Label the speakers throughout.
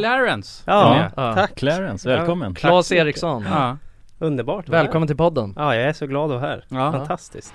Speaker 1: Clarence!
Speaker 2: Ja,
Speaker 1: är med.
Speaker 3: Ja.
Speaker 2: tack!
Speaker 4: Clarence, välkommen!
Speaker 3: Claes
Speaker 2: så mycket.
Speaker 3: Eriksson.
Speaker 1: Ja.
Speaker 2: Underbart! att vara
Speaker 3: Välkommen till podden.
Speaker 2: här. Ja, jag är så glad att vara här.
Speaker 1: Ja.
Speaker 2: Fantastiskt.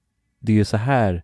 Speaker 4: det är ju så här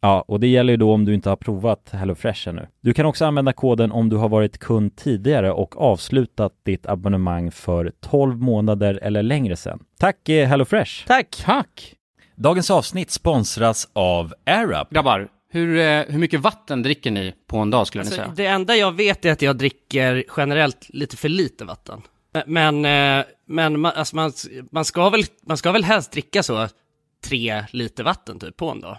Speaker 4: Ja, och det gäller ju då om du inte har provat HelloFresh ännu. Du kan också använda koden om du har varit kund tidigare och avslutat ditt abonnemang för 12 månader eller längre sedan. Tack eh, HelloFresh!
Speaker 2: Tack!
Speaker 1: Tack!
Speaker 4: Dagens avsnitt sponsras av AirUp.
Speaker 5: Grabbar, hur, eh, hur mycket vatten dricker ni på en dag skulle ni
Speaker 6: Alltså,
Speaker 5: säga?
Speaker 6: det enda jag vet är att jag dricker generellt lite för lite vatten. Men, eh, men man, alltså man, man, ska väl, man ska väl helst dricka så tre liter vatten typ på en dag.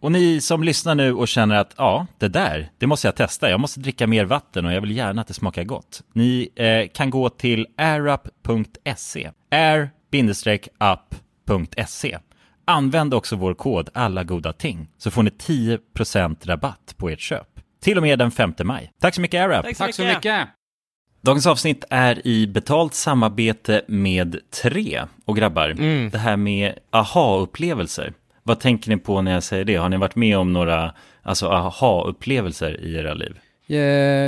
Speaker 4: Och ni som lyssnar nu och känner att ja, det där, det måste jag testa. Jag måste dricka mer vatten och jag vill gärna att det smakar gott. Ni eh, kan gå till airup.se. air-up.se. Använd också vår kod alla goda ting så får ni 10% rabatt på ert köp. Till och med den 5 maj. Tack så mycket AirUp!
Speaker 5: Tack så mycket!
Speaker 4: Dagens avsnitt är i betalt samarbete med Tre. Och grabbar,
Speaker 5: Mm.
Speaker 4: det här med aha-upplevelser. Vad tänker ni på när jag säger det? Har ni varit med om några alltså, aha-upplevelser i era liv?
Speaker 1: Eh,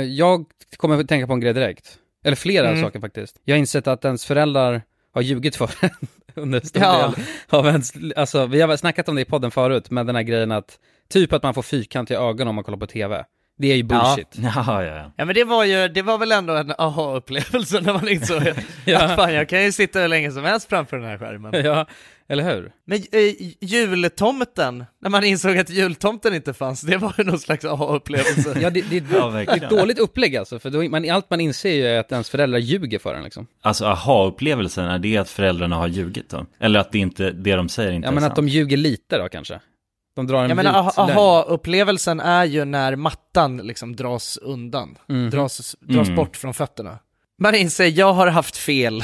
Speaker 1: Jag kommer att tänka på en grej direkt.
Speaker 5: Eller flera
Speaker 6: Mm.
Speaker 5: saker faktiskt. Jag har insett att ens föräldrar har ljugit för en under en stor
Speaker 6: Ja.
Speaker 5: del av ens... Alltså, vi har snackat om det i podden förut, men den här grejen att typ att man får fyrkantiga ögon om man kollar på tv. Det är ju bullshit.
Speaker 4: Ja, ja, ja.
Speaker 6: Ja men det var ju, det var väl ändå en aha-upplevelse när man insåg att fan jag kan ju sitta hur länge som helst framför den här skärmen.
Speaker 5: Ja, eller hur?
Speaker 6: Men eh, jultomten, när man insåg att jultomten inte fanns, det var ju någon slags aha-upplevelse.
Speaker 5: Ja, det, det, är ett
Speaker 4: Ja,
Speaker 5: det är
Speaker 4: verkligen.
Speaker 5: ett dåligt upplägg alltså, för då, man, allt man inser ju är att ens föräldrar ljuger för en liksom.
Speaker 4: Alltså aha-upplevelsen, är det att föräldrarna har ljugit då? Eller att det, inte, det de säger inte
Speaker 5: Ja, men
Speaker 4: är
Speaker 5: att de
Speaker 4: sant?
Speaker 5: ljuger lite då kanske. De drar en
Speaker 6: Jag
Speaker 5: vit
Speaker 6: menar aha-
Speaker 5: lögn.
Speaker 6: aha-upplevelsen är ju när mattan liksom dras undan,
Speaker 5: Mhm.
Speaker 6: dras, dras
Speaker 4: Mm.
Speaker 6: bort från fötterna. Man inser, jag har haft fel.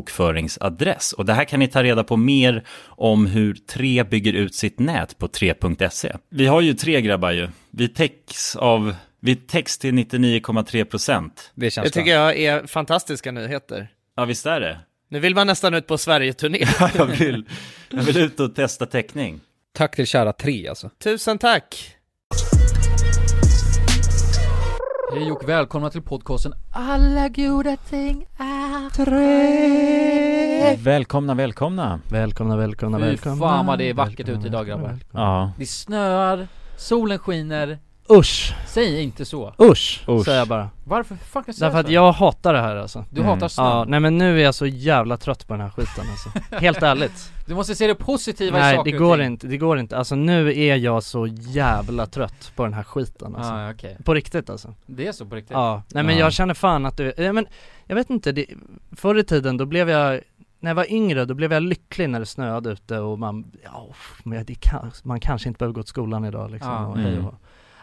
Speaker 4: folkbokföringsadress. Och det här kan ni ta reda på mer om hur Tre bygger ut sitt nät på 3.se. Vi har ju tre grabbar ju. Vi täcks av vi täcks till 99,3 procent.
Speaker 5: Det känns
Speaker 6: Det tycker jag är fantastiska nyheter.
Speaker 4: Ja, visst är det?
Speaker 6: Nu vill man nästan ut på Sverige-turné.
Speaker 4: Jag vill, jag vill ut och testa täckning.
Speaker 5: Tack till kära tre alltså.
Speaker 6: Tusen tack!
Speaker 7: Hej och välkomna till podcasten Alla goda ting är
Speaker 4: Välkomna, välkomna.
Speaker 2: Välkomna, välkomna,
Speaker 7: Fy
Speaker 2: välkomna
Speaker 7: fan vad det är vackert
Speaker 2: Välkomna,
Speaker 7: ute idag,
Speaker 2: välkomna,
Speaker 7: grabbar.
Speaker 2: välkomna.
Speaker 4: Ja.
Speaker 7: Det snöar, solen skiner,
Speaker 2: Usch,
Speaker 7: säg inte så
Speaker 2: usch,
Speaker 4: Usch.
Speaker 2: säger jag bara
Speaker 7: Varför fan kan du säga
Speaker 2: Därför
Speaker 7: så?
Speaker 2: att jag hatar det här alltså
Speaker 7: Du
Speaker 4: Mm.
Speaker 7: hatar snö,
Speaker 2: Ja, nej men nu är jag så jävla trött på den här skiten alltså Helt ärligt
Speaker 7: du måste se det positiva i
Speaker 2: Nej det
Speaker 7: saker och
Speaker 2: går
Speaker 7: ting.
Speaker 2: inte, det går inte, alltså nu är jag så jävla trött på den här skiten alltså
Speaker 7: ah, okej,
Speaker 2: På riktigt alltså
Speaker 7: det är så på riktigt?
Speaker 2: Ja, nej men
Speaker 4: Ja.
Speaker 2: jag känner fan att du, ja, men jag vet inte, det, förr i tiden då blev jag, när jag var yngre då blev jag lycklig när det snöade ute och man, ja, uff, men det kan, man kanske inte behöver gå till skolan idag liksom
Speaker 7: Ja.
Speaker 2: och hej och
Speaker 4: Mm.
Speaker 2: hå.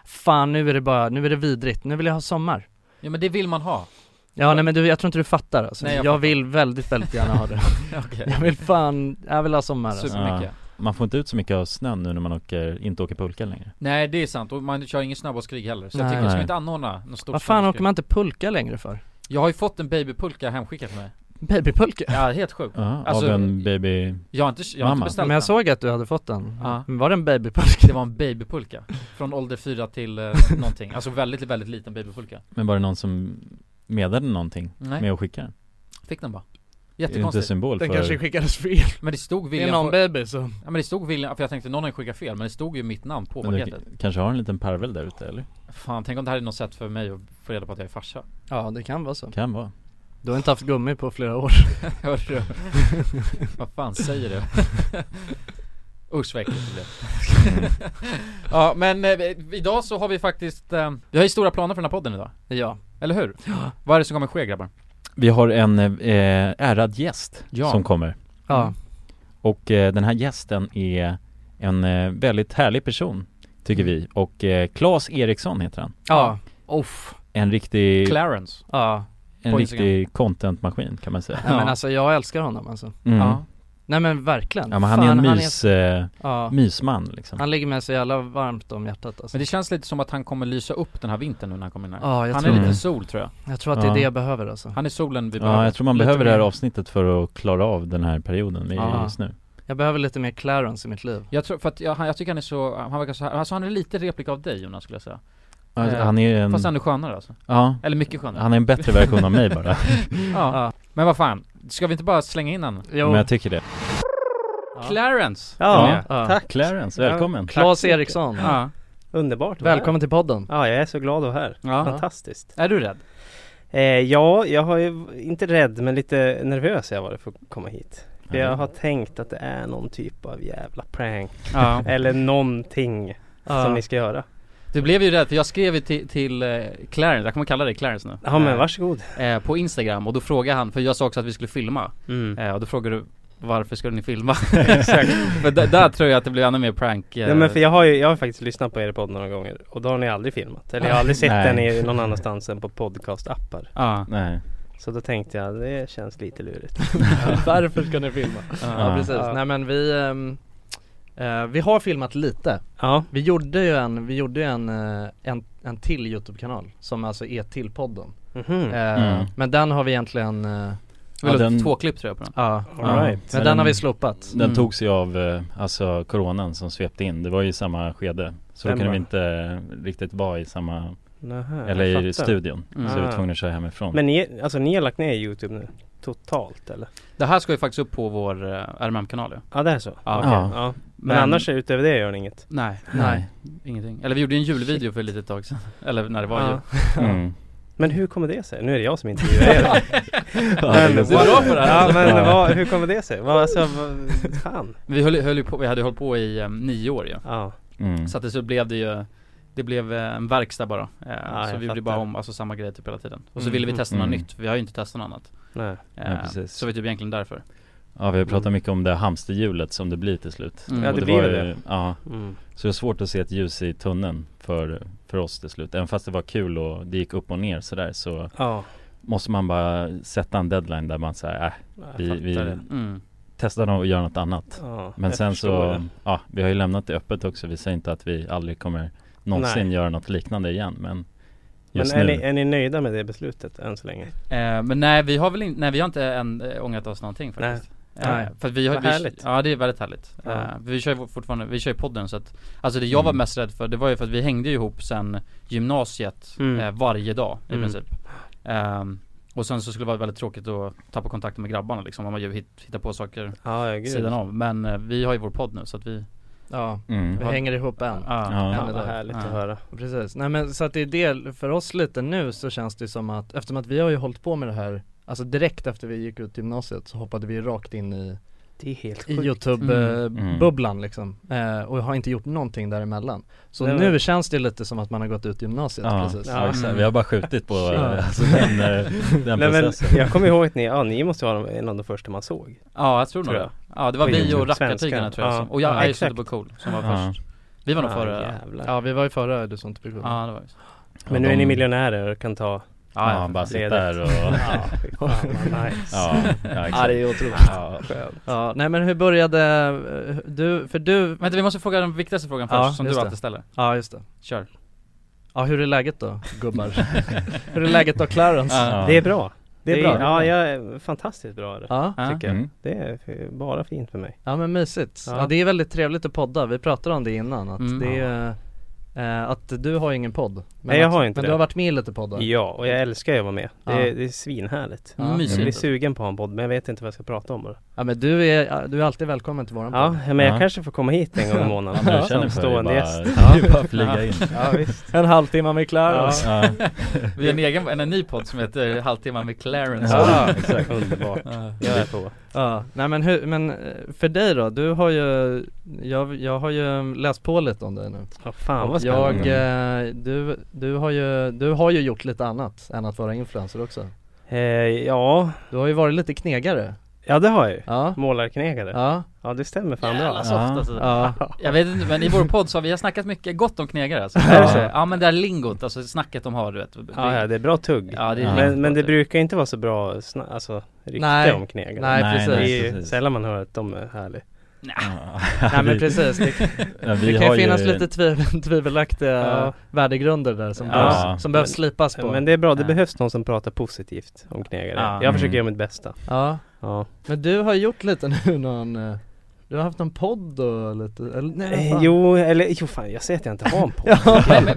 Speaker 2: Fan nu är det bara, nu är det vidrigt, nu vill jag ha sommar
Speaker 7: Ja men det vill man ha,
Speaker 2: Ja nej men du, jag tror inte du fattar alltså.
Speaker 7: Nej,
Speaker 2: jag,
Speaker 7: jag
Speaker 2: vill väldigt, väldigt gärna ha det
Speaker 7: okej
Speaker 2: Jag vill fan, jag vill ha sommar alltså.
Speaker 7: Supermycket
Speaker 4: Man får inte ut så mycket av snön nu när man åker, inte åker pulka längre.
Speaker 7: Nej det är sant, och man kör ingen snabbåtskrig heller så jag
Speaker 2: Nej.
Speaker 7: tycker jag ska
Speaker 4: Nej.
Speaker 7: inte anordna något stort
Speaker 2: Vad fan åker
Speaker 7: snabbåtskrig.
Speaker 2: man inte pulka längre för?
Speaker 7: Jag har ju fått en babypulka hemskickad till mig
Speaker 2: Babypulka?
Speaker 7: Ja helt sjukt
Speaker 4: Ja,
Speaker 7: Alltså,
Speaker 4: av en baby...
Speaker 7: Jag har inte, jag har inte
Speaker 4: Mamma.
Speaker 7: beställt
Speaker 2: Men jag
Speaker 7: den.
Speaker 2: såg att du hade fått den,
Speaker 7: Ja.
Speaker 2: Men var det en babypulka?
Speaker 7: Det var en babypulka, från ålder fyra till eh, någonting, alltså väldigt, väldigt liten babypulka
Speaker 4: Men var det någon som medade någonting
Speaker 7: Nej,
Speaker 4: med att skicka den?
Speaker 7: fick den bara
Speaker 4: Är det inte
Speaker 7: Jättekonstigt,
Speaker 4: symbol
Speaker 2: Den
Speaker 4: för...
Speaker 2: kanske skickades fel
Speaker 7: men det stod
Speaker 6: Det är
Speaker 7: William,
Speaker 6: någon
Speaker 7: for...
Speaker 6: baby som...
Speaker 7: ja, men det stod William, för jag tänkte någon har ju skickat fel, men det stod ju mitt namn på
Speaker 4: Men
Speaker 7: paketet
Speaker 4: du kanske har en liten parvel där ute eller?
Speaker 7: Fan, tänk om det här är något sätt för mig att få reda på att jag är farsa
Speaker 2: Ja det kan vara så
Speaker 4: Kan vara.
Speaker 2: Du har inte haft gummi på flera år
Speaker 7: Hörru Vad fan säger du? Usch vad äckligt det blev Ja men eh, vi- idag så har vi faktiskt, eh, vi har ju stora planer för den här podden idag,
Speaker 2: Ja
Speaker 7: eller hur? Ja. Vad är det som kommer ske grabbar?
Speaker 4: Vi har en eh, ärad gäst
Speaker 7: Ja.
Speaker 4: som kommer. Mm.
Speaker 2: Ja,
Speaker 4: Och eh, den här gästen är en eh, väldigt härlig person, tycker
Speaker 7: Mm.
Speaker 4: vi. Och eh, Claes Eriksson heter han.
Speaker 2: ja, off
Speaker 4: En riktig,
Speaker 7: Clarence
Speaker 2: Ja,
Speaker 4: en
Speaker 7: på
Speaker 4: riktig contentmaskin kan man säga.
Speaker 2: Nej, men
Speaker 7: Ja.
Speaker 2: alltså jag älskar honom alltså
Speaker 4: Mm.
Speaker 7: Ja,
Speaker 4: Ja.
Speaker 2: Nej men verkligen
Speaker 4: men han
Speaker 2: Fan,
Speaker 4: är en mys, eh,
Speaker 2: ja,
Speaker 4: mysman liksom.
Speaker 2: han ligger med så jävla varmt om hjärtat alltså
Speaker 7: men det känns lite som att han kommer lysa upp den här vintern nu när han kommer in här
Speaker 2: Ja, jag
Speaker 7: Han är
Speaker 2: tror,
Speaker 4: Mm.
Speaker 7: lite sol tror jag
Speaker 2: jag tror att det är
Speaker 4: Ja.
Speaker 2: det jag behöver alltså
Speaker 7: Han är solen vi behöver
Speaker 4: Ja, jag tror man
Speaker 7: Lite
Speaker 4: behöver det här
Speaker 7: mer-
Speaker 4: avsnittet för att klara av den här perioden vi är
Speaker 2: Ja.
Speaker 4: i just nu.
Speaker 2: Jag behöver lite mer Clarence i mitt liv
Speaker 7: Jag tror, för att jag, han- jag tycker han är så, han verkar så här, alltså han är lite replik av dig Jonas skulle jag säga
Speaker 4: Alltså,
Speaker 7: Eh,
Speaker 4: han är en,
Speaker 7: Fast ännu skönare alltså,
Speaker 4: ja,
Speaker 7: eller mycket skönare
Speaker 4: han är en bättre version av mig bara.
Speaker 7: ja. Men vad fan, ska vi inte bara slänga in han?
Speaker 2: Jo,
Speaker 4: Men jag tycker det.
Speaker 7: Clarence!
Speaker 4: Ja.
Speaker 2: ja.
Speaker 8: Tack!
Speaker 4: Clarence, välkommen.
Speaker 2: Claes Eriksson,
Speaker 7: Ja.
Speaker 8: Underbart att vara
Speaker 2: välkommen till podden
Speaker 8: här. Ja, jag är så glad att vara här.
Speaker 7: Ja.
Speaker 8: Fantastiskt.
Speaker 7: Är du rädd?
Speaker 8: Eh, ja, jag har ju, inte rädd, men lite nervös har jag varit för att komma hit. För jag har tänkt att det är någon typ av jävla prank.
Speaker 7: Ja.
Speaker 8: Eller någonting som ni ska göra.
Speaker 7: Du blev ju rädd, för jag skrev ju till, till eh, Clarence, jag kommer kalla dig Clarence nu
Speaker 8: Ja, men
Speaker 7: Eh,
Speaker 8: varsågod.
Speaker 7: eh, På Instagram, och då frågade han, för jag sa också att vi skulle filma
Speaker 8: Mm.
Speaker 7: eh, Och då frågade du varför skulle ni filma? Men där, där tror jag att det blev ännu mer prank eh,
Speaker 8: Ja, men för jag har ju jag har faktiskt lyssnat på er podd några gånger och då har ni aldrig filmat. Eller jag har aldrig sett
Speaker 4: Nej.
Speaker 8: den i någon annanstans än på podcastappar.
Speaker 7: ja.
Speaker 4: Nej.
Speaker 8: Så Så då tänkte jag, det känns lite lurigt
Speaker 2: Varför ska ni filma?
Speaker 8: Ja.
Speaker 2: Ja precis, nej men vi ehm, eh, Vi har filmat lite
Speaker 8: Ja
Speaker 2: Vi gjorde ju en, vi gjorde ju en, eh, en, en till Youtube-kanal Som alltså är till podden
Speaker 8: Mhm.
Speaker 2: Eh,
Speaker 4: Mm.
Speaker 2: Men den har vi egentligen eh,
Speaker 4: Vi la upp Ja, den- två
Speaker 7: klipp tror jag på den.
Speaker 2: Ja,
Speaker 4: All
Speaker 2: ja.
Speaker 4: right. Mm.
Speaker 2: men den har vi slopat
Speaker 4: Den
Speaker 8: Mm.
Speaker 4: togs ju av eh, alltså coronan som svepte in. Det var ju i samma skede. Så då
Speaker 8: Den
Speaker 4: kunde vi
Speaker 8: var-
Speaker 4: inte eh, riktigt vara i samma,
Speaker 8: Nähä,
Speaker 4: eller
Speaker 8: jag
Speaker 4: i
Speaker 8: fattar.
Speaker 4: studion. Så vi var
Speaker 8: Ah.
Speaker 4: tvungna att köra hemifrån.
Speaker 8: Men ni, alltså ni har lagt ner Youtube nu? Totalt eller?
Speaker 7: Det här ska ju faktiskt upp på vår eh, RMM-kanal ju.
Speaker 8: Ja det är så?
Speaker 7: Ja.
Speaker 8: Okej,
Speaker 4: Ja.
Speaker 8: ja. Men,
Speaker 7: Men-
Speaker 8: annars utöver det gör ni inget?
Speaker 7: Nej,
Speaker 4: Nej.
Speaker 7: nej, ingenting. Eller vi gjorde ju en julvideo för ett litet tag sedan. Eller när det var jul.
Speaker 4: Mm.
Speaker 8: Men hur kommer det sig? Nu är det jag som intervjuar er
Speaker 4: det är
Speaker 8: men,
Speaker 4: så.
Speaker 7: bra på det här.
Speaker 8: Ja men
Speaker 4: Ja.
Speaker 8: vad, hur kommer det sig? Vad, alltså, vad, fan
Speaker 7: Vi, höll, höll ju på, vi hade ju hållit på i eh, nio år ju.
Speaker 8: Ja,
Speaker 4: Mm.
Speaker 7: Så att det så blev det ju det blev eh, en verkstad bara. Eh,
Speaker 8: Ja,
Speaker 7: så
Speaker 8: jag
Speaker 7: vi gjorde
Speaker 8: fattar.
Speaker 7: bara om, alltså samma grej typ hela tiden. Och så
Speaker 8: Mm.
Speaker 7: ville vi testa något
Speaker 4: Mm.
Speaker 7: nytt, vi har ju inte testat något annat.
Speaker 8: nej
Speaker 4: Ja, precis.
Speaker 7: Så vi är typ egentligen därför.
Speaker 4: Ja vi har
Speaker 8: Mm.
Speaker 4: pratat mycket om det hamsterhjulet som det blir till slut.
Speaker 7: Mm.
Speaker 8: Ja,
Speaker 4: Och
Speaker 8: det blir
Speaker 4: var
Speaker 8: det.
Speaker 4: ju- Ja,
Speaker 8: mm.
Speaker 4: så det är svårt att se ett ljus i tunneln för, för oss till slut. Även fast det var kul och det gick upp och ner sådär så
Speaker 8: Ja,
Speaker 4: måste man bara sätta en deadline där man säger äh,
Speaker 8: jag
Speaker 4: Vi- vi-
Speaker 8: fattar det.
Speaker 7: Mm.
Speaker 4: testa något och göra något annat.
Speaker 8: Ja,
Speaker 4: Men
Speaker 8: jag
Speaker 4: sen så,
Speaker 8: förstår det.
Speaker 4: ja vi har ju lämnat det öppet också. Vi säger inte att vi aldrig kommer någonsin göra något liknande igen men
Speaker 8: Men
Speaker 4: just
Speaker 8: är
Speaker 4: nu.
Speaker 8: ni, är ni nöjda med det beslutet än så länge?
Speaker 7: Eh, men nej vi har väl inte, nej vi har inte än eh, ångrat oss någonting faktiskt. Eh,
Speaker 8: Nej.
Speaker 7: För att vi har,
Speaker 8: Vad
Speaker 7: vi,
Speaker 8: härligt.
Speaker 7: Ja det är väldigt härligt.
Speaker 8: Ja.
Speaker 7: Eh, vi kör ju fortfarande, vi kör ju podden så att Alltså det jag var
Speaker 4: Mm.
Speaker 7: mest rädd för, det var ju för att vi hängde ju ihop sen gymnasiet
Speaker 8: Mm.
Speaker 7: eh, varje dag i
Speaker 8: Mm.
Speaker 7: princip. Ehm, och sen så skulle det vara väldigt tråkigt att tappa kontakten med grabbarna liksom, om man ju hit, hittar på saker
Speaker 8: Ja, ja gud
Speaker 7: sidan av. Men eh, vi har ju vår podd nu så att vi,
Speaker 2: Ja,
Speaker 4: Mm.
Speaker 2: vi hänger ihop än
Speaker 7: ja.
Speaker 4: Ja.
Speaker 8: Fan, vad härligt
Speaker 7: Ja.
Speaker 8: att höra
Speaker 2: Precis, nej men så att det är det, för oss lite nu så känns det som att eftersom att vi har ju hållit på med det här Alltså direkt efter vi gick ut gymnasiet så hoppade vi rakt in i,
Speaker 8: Det är helt
Speaker 2: i
Speaker 8: sjukt
Speaker 7: Mm.
Speaker 2: Youtube-bubblan liksom eh, Och har inte gjort någonting däremellan Så
Speaker 8: Nej,
Speaker 2: nu
Speaker 8: men-
Speaker 2: känns det lite som att man har gått ut gymnasiet
Speaker 4: Ja,
Speaker 2: precis
Speaker 4: ja, exakt.
Speaker 7: Mm.
Speaker 4: vi har bara skjutit på
Speaker 2: Ja.
Speaker 4: eh, alltså, den, eh, den
Speaker 8: Nej men
Speaker 4: processen.
Speaker 8: jag kommer ihåg att ni, ja ni måste vara en av de första man såg
Speaker 7: ja jag tror,
Speaker 8: Tror
Speaker 7: nog
Speaker 8: jag.
Speaker 7: det. Ja det var
Speaker 8: På
Speaker 7: vi
Speaker 8: YouTube.
Speaker 7: och Rackartygarna tror jag
Speaker 8: Ja.
Speaker 7: som, och jag
Speaker 8: Ja,
Speaker 7: är ju
Speaker 8: exakt.
Speaker 7: Super Cool som var
Speaker 4: Ja.
Speaker 7: först. Vi var nog
Speaker 8: Ah,
Speaker 7: före,
Speaker 8: jävlar.
Speaker 2: Ja vi var ju före du sånt ja.
Speaker 7: ja det var ju så.
Speaker 8: Men nu är ni miljonärer och kan ta
Speaker 4: Ja,
Speaker 7: ja,
Speaker 4: bara sitta
Speaker 8: ledigt.
Speaker 4: där och
Speaker 8: Ja, fy fan vad nice
Speaker 4: Ja, ja
Speaker 2: ja
Speaker 4: exakt
Speaker 2: det är otroligt
Speaker 4: ja.
Speaker 8: Skönt.
Speaker 2: Ja, nej men hur började, eh, du, för du,
Speaker 7: Vänta vi måste fråga den viktigaste frågan först
Speaker 2: Ja,
Speaker 7: som du
Speaker 2: just det.
Speaker 7: alltid ställer.
Speaker 2: ja just det
Speaker 7: Kör.
Speaker 2: Ja hur är läget då gubbar? hur är läget då Clarence?
Speaker 4: Ja.
Speaker 8: Det är bra Det är bra, ja
Speaker 4: ja,
Speaker 8: jag är fantastiskt bra är det
Speaker 2: Ja,
Speaker 7: Ja.
Speaker 8: tycker jag
Speaker 4: Mm.
Speaker 8: Det är f- bara fint för mig
Speaker 2: ja men mysigt.
Speaker 8: Ja.
Speaker 2: Ja. det är väldigt trevligt att podda, vi pratade om det innan att
Speaker 7: Mm.
Speaker 2: det är, eh, att du har ingen podd men
Speaker 8: Nej, jag
Speaker 2: att,
Speaker 8: har inte
Speaker 2: Men
Speaker 8: det.
Speaker 2: du har varit med i lite poddar?
Speaker 8: Ja, och jag älskar ju att vara med Det
Speaker 2: Ja.
Speaker 8: är, det är svinhärligt
Speaker 2: Ja.
Speaker 8: Jag blir
Speaker 7: Mysigt.
Speaker 8: sugen på att ha en podd men jag vet inte vad jag ska prata om bara.
Speaker 2: Ja men du är, du är alltid välkommen till våran
Speaker 8: Ja,
Speaker 2: podd
Speaker 8: men jag
Speaker 4: Ja.
Speaker 8: kanske får komma hit en gång i
Speaker 4: Ja,
Speaker 8: månaden
Speaker 4: men du
Speaker 8: som
Speaker 4: känner för det,
Speaker 8: stående
Speaker 4: bara,
Speaker 8: gäst
Speaker 4: det är bara att flyga in
Speaker 8: Ja visst
Speaker 2: En halvtimme med Clarence
Speaker 4: ja.
Speaker 7: Vi har en egen, en, en ny podd som heter Halvtimman med Clarence.
Speaker 8: Ja, exakt, underbart Jag är på
Speaker 2: Ja, nej men hur, men eh, för dig då? Du har ju, jag, jag har ju läst på lite om dig nu
Speaker 8: Ja, fan vad
Speaker 2: jag,
Speaker 8: spännande
Speaker 2: eh, du, du har ju, du har ju gjort lite annat än att vara influencer också
Speaker 8: eh, Ja,
Speaker 2: Du har ju varit lite knegare
Speaker 8: ja det har jag ju
Speaker 2: Ja,
Speaker 8: Målarknegare
Speaker 2: ja,
Speaker 8: Ja det stämmer fan
Speaker 7: Jävla
Speaker 8: bra
Speaker 7: soft
Speaker 4: Ja.
Speaker 7: alltså.
Speaker 2: ja,
Speaker 7: Jag vet inte men i vår podd så har vi har snackat mycket gott om knegare alltså.
Speaker 8: Är det så?
Speaker 7: Ja men det här lingot, alltså snacket de har du vet.
Speaker 8: Ja, ja det är bra tugg
Speaker 7: Ja, det är
Speaker 4: Ja.
Speaker 7: riktigt
Speaker 8: Men, men
Speaker 7: bra
Speaker 8: det
Speaker 7: tugg.
Speaker 8: brukar inte vara så bra sna- alltså, rykte
Speaker 2: Nej.
Speaker 8: om knegare
Speaker 2: Nej,
Speaker 8: Det
Speaker 2: precis.
Speaker 8: är ju
Speaker 4: precis.
Speaker 8: sällan man hör att de är härliga
Speaker 4: Ja.
Speaker 2: nej men
Speaker 4: Vi-
Speaker 2: precis Det,
Speaker 4: ja, vi
Speaker 2: det kan
Speaker 4: har
Speaker 2: ju finnas
Speaker 4: ju-
Speaker 2: lite tvivel, tvivelaktiga
Speaker 8: Ja.
Speaker 2: värdegrunder där som,
Speaker 8: Ja.
Speaker 2: behövs, som behövs
Speaker 8: Men-
Speaker 2: slipas på Eh,
Speaker 8: Men det är bra, det
Speaker 7: Ja.
Speaker 8: behövs någon som pratar positivt om knegare
Speaker 7: Ja.
Speaker 8: Jag försöker
Speaker 4: Mm.
Speaker 8: göra mitt bästa
Speaker 2: Ja,
Speaker 8: Ja
Speaker 2: men du har gjort lite nu någon, eh, du har haft någon podd och lite, eller nej
Speaker 8: eh,
Speaker 2: fan.
Speaker 8: Jo, eller jo fan jag säger att jag inte har en podd
Speaker 7: Men, men,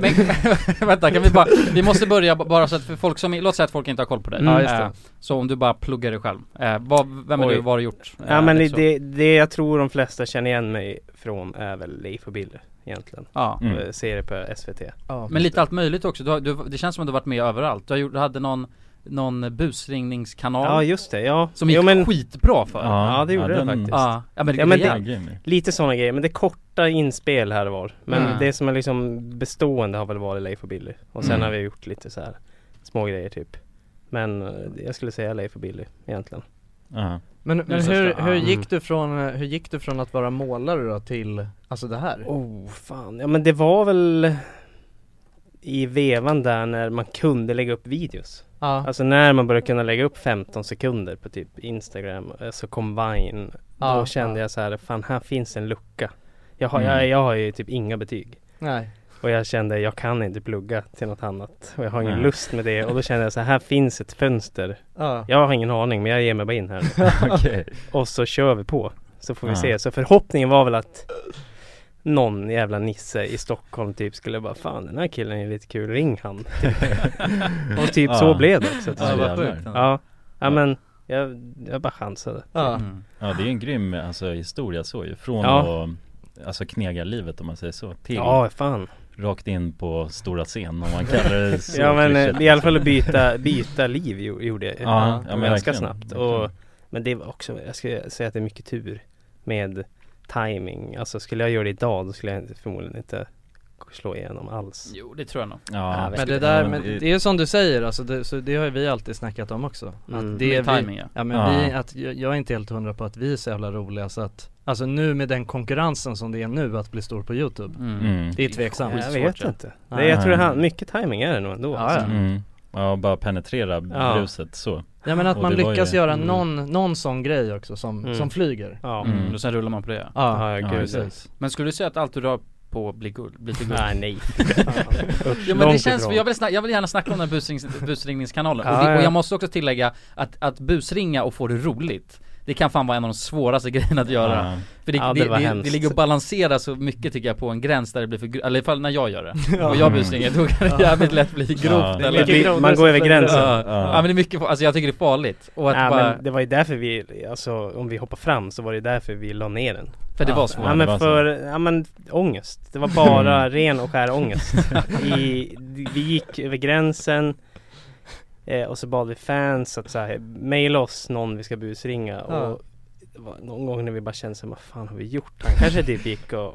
Speaker 7: men vänta, kan vi bara, vi måste börja b- bara så att för folk som, låt säga att folk inte har koll på dig.
Speaker 8: Mm. Ja, just det.
Speaker 7: Eh, Så om du bara pluggar dig själv. Eh, vad, vem är
Speaker 8: Oj.
Speaker 7: du, vad har du gjort? Eh,
Speaker 8: Ja men
Speaker 7: liksom.
Speaker 8: det, det jag tror de flesta känner igen mig från är väl Leif och Billy egentligen
Speaker 7: Ja.
Speaker 4: Mm.
Speaker 8: Eh, Serier på SVT
Speaker 2: ja.
Speaker 7: Men lite allt möjligt också, du har, du, det känns som att du har varit med överallt. Du, har gjort, du hade någon, någon busringningskanal
Speaker 8: Ja just det, ja
Speaker 7: som gick
Speaker 8: jo, men,
Speaker 7: skitbra för.
Speaker 8: Ja, det gjorde det faktiskt.
Speaker 7: Ja, ja men, det,
Speaker 8: Ja, men
Speaker 7: det,
Speaker 8: det-
Speaker 4: Ja, grym ju.
Speaker 8: Lite sådana grejer, men det är korta inspel här och var Men
Speaker 7: Mm.
Speaker 8: det som är liksom bestående har väl varit Leif och Billy Och sen
Speaker 4: Mm.
Speaker 8: har vi gjort lite så här små grejer typ Men eh, jag skulle säga Leif och Billy egentligen
Speaker 4: Ja.
Speaker 2: Men,
Speaker 7: det
Speaker 2: men
Speaker 7: största,
Speaker 2: hur,
Speaker 7: ja.
Speaker 2: hur,
Speaker 8: Mm.
Speaker 2: gick du från, eh, hur gick du från att vara målare då till, alltså det här?
Speaker 8: Oh fan, ja men det var väl I vevan där när man kunde lägga upp videos
Speaker 2: Ja.
Speaker 8: Alltså när man började kunna lägga upp 15 sekunder på typ Instagram, alltså combine,
Speaker 2: Ja,
Speaker 8: då kände jag så här, fan här finns en lucka. Jag har,
Speaker 2: Mm.
Speaker 8: jag, jag har ju typ inga betyg.
Speaker 2: Nej.
Speaker 8: Och jag kände, jag kan inte plugga till något annat. Och jag har ingen
Speaker 2: Nej.
Speaker 8: lust med det. Och då kände jag så här, här finns ett fönster.
Speaker 2: Ja.
Speaker 8: Jag har ingen aning, men jag ger mig bara in här.
Speaker 4: Okej.
Speaker 8: Och så kör vi på. Så får vi
Speaker 4: Ja.
Speaker 8: se. Så förhoppningen var väl att någon jävla nisse i Stockholm typ skulle bara Fan den här killen är lite kul, ring han typ. Och typ så
Speaker 4: Ja.
Speaker 8: blev det också
Speaker 4: Ja,
Speaker 8: ja,
Speaker 4: vad sjukt.
Speaker 8: ja. ja men jag, jag bara chansade
Speaker 4: Mm. ja, det är en grym alltså, historia så ju. Från
Speaker 8: Ja.
Speaker 4: att, alltså knegarlivet om man säger så, till
Speaker 8: Ja, fan.
Speaker 4: rakt in på stora scen om man kallar det så.
Speaker 8: Ja men eh,
Speaker 4: klyschigt. liksom.
Speaker 8: det är i alla fall att byta, byta liv jo- gjorde jag
Speaker 4: Ja,
Speaker 8: ja,
Speaker 4: ja, men
Speaker 8: ganska
Speaker 4: verkligen.
Speaker 8: snabbt och, Men det var också, jag skulle säga att det är mycket tur Med timing. Alltså skulle jag göra det idag då skulle jag förmodligen inte slå igenom alls
Speaker 7: Jo det tror jag nog
Speaker 8: Ja,
Speaker 2: men det där, men det är ju som du säger alltså, det, så det har ju vi alltid snackat om också
Speaker 8: Mm.
Speaker 2: att det är
Speaker 7: Med timing,
Speaker 2: vi,
Speaker 7: ja.
Speaker 2: ja men
Speaker 7: Ja.
Speaker 2: vi, att jag, jag är inte helt hundra på att vi är så jävla roliga så att Alltså nu med den konkurrensen som det är nu att bli stor på youtube
Speaker 7: Mm. Mm.
Speaker 2: Det är tveksamt
Speaker 8: Jag vet inte det, Jag tror det han, mycket timing är det nog ändå alltså.
Speaker 2: Ja, ja.
Speaker 4: Mm. Ja, bara penetrera
Speaker 8: Ja.
Speaker 4: Mm. bruset så.
Speaker 2: Ja men att
Speaker 4: Och
Speaker 2: man
Speaker 4: det var
Speaker 2: lyckas
Speaker 4: ju- Mm.
Speaker 2: göra någon, någon sån grej också som,
Speaker 7: Mm.
Speaker 2: som flyger
Speaker 8: Ja.
Speaker 7: Mm. Och sen rullar man på det
Speaker 2: Ja,
Speaker 8: Ja, gud. precis.
Speaker 7: Men skulle du säga att allt du rör på blir guld? Blir till guld?
Speaker 8: Nej, nej.
Speaker 7: jo, men det
Speaker 8: Långt
Speaker 7: känns,
Speaker 8: ifrån.
Speaker 7: jag vill, snacka, jag vill gärna snacka om den här busrings, busringningskanalen
Speaker 8: Ja,
Speaker 7: och, det, och
Speaker 8: ja.
Speaker 7: jag måste också tillägga att, att busringa och få det roligt Det kan fan vara en av de svåraste grejerna att göra
Speaker 4: Ja.
Speaker 7: För det,
Speaker 8: Ja, det
Speaker 7: det,
Speaker 8: var
Speaker 7: det, det,
Speaker 8: hemskt.
Speaker 7: ligger och balanserar så mycket tycker jag på en gräns där det blir för gr- eller i alla fall när jag gör det
Speaker 8: Ja.
Speaker 7: Och jag busringer då kan det
Speaker 8: Ja.
Speaker 7: jävligt lätt bli grovt
Speaker 8: Ja. Det är
Speaker 7: eller
Speaker 8: mycket grovt. Man går över gränsen.
Speaker 7: ja.
Speaker 8: Ja.
Speaker 7: Ja. men det är mycket, alltså jag tycker det är farligt och att
Speaker 8: ja,
Speaker 7: bara
Speaker 8: men det var ju därför vi, alltså om vi hoppar fram så var det därför vi la ner den
Speaker 7: För det
Speaker 8: ja.
Speaker 7: var svårt.
Speaker 8: Ja
Speaker 7: Det
Speaker 8: men
Speaker 7: var
Speaker 8: för, Mm. ja men ångest Det var bara ren och skär ångest I, Vi gick över gränsen eh, Och så bad vi fans att så här, mejla oss någon vi ska busringa
Speaker 2: Ja.
Speaker 8: och det var någon gång när vi bara kände så här, vad fan har vi gjort? Han kanske typ gick och,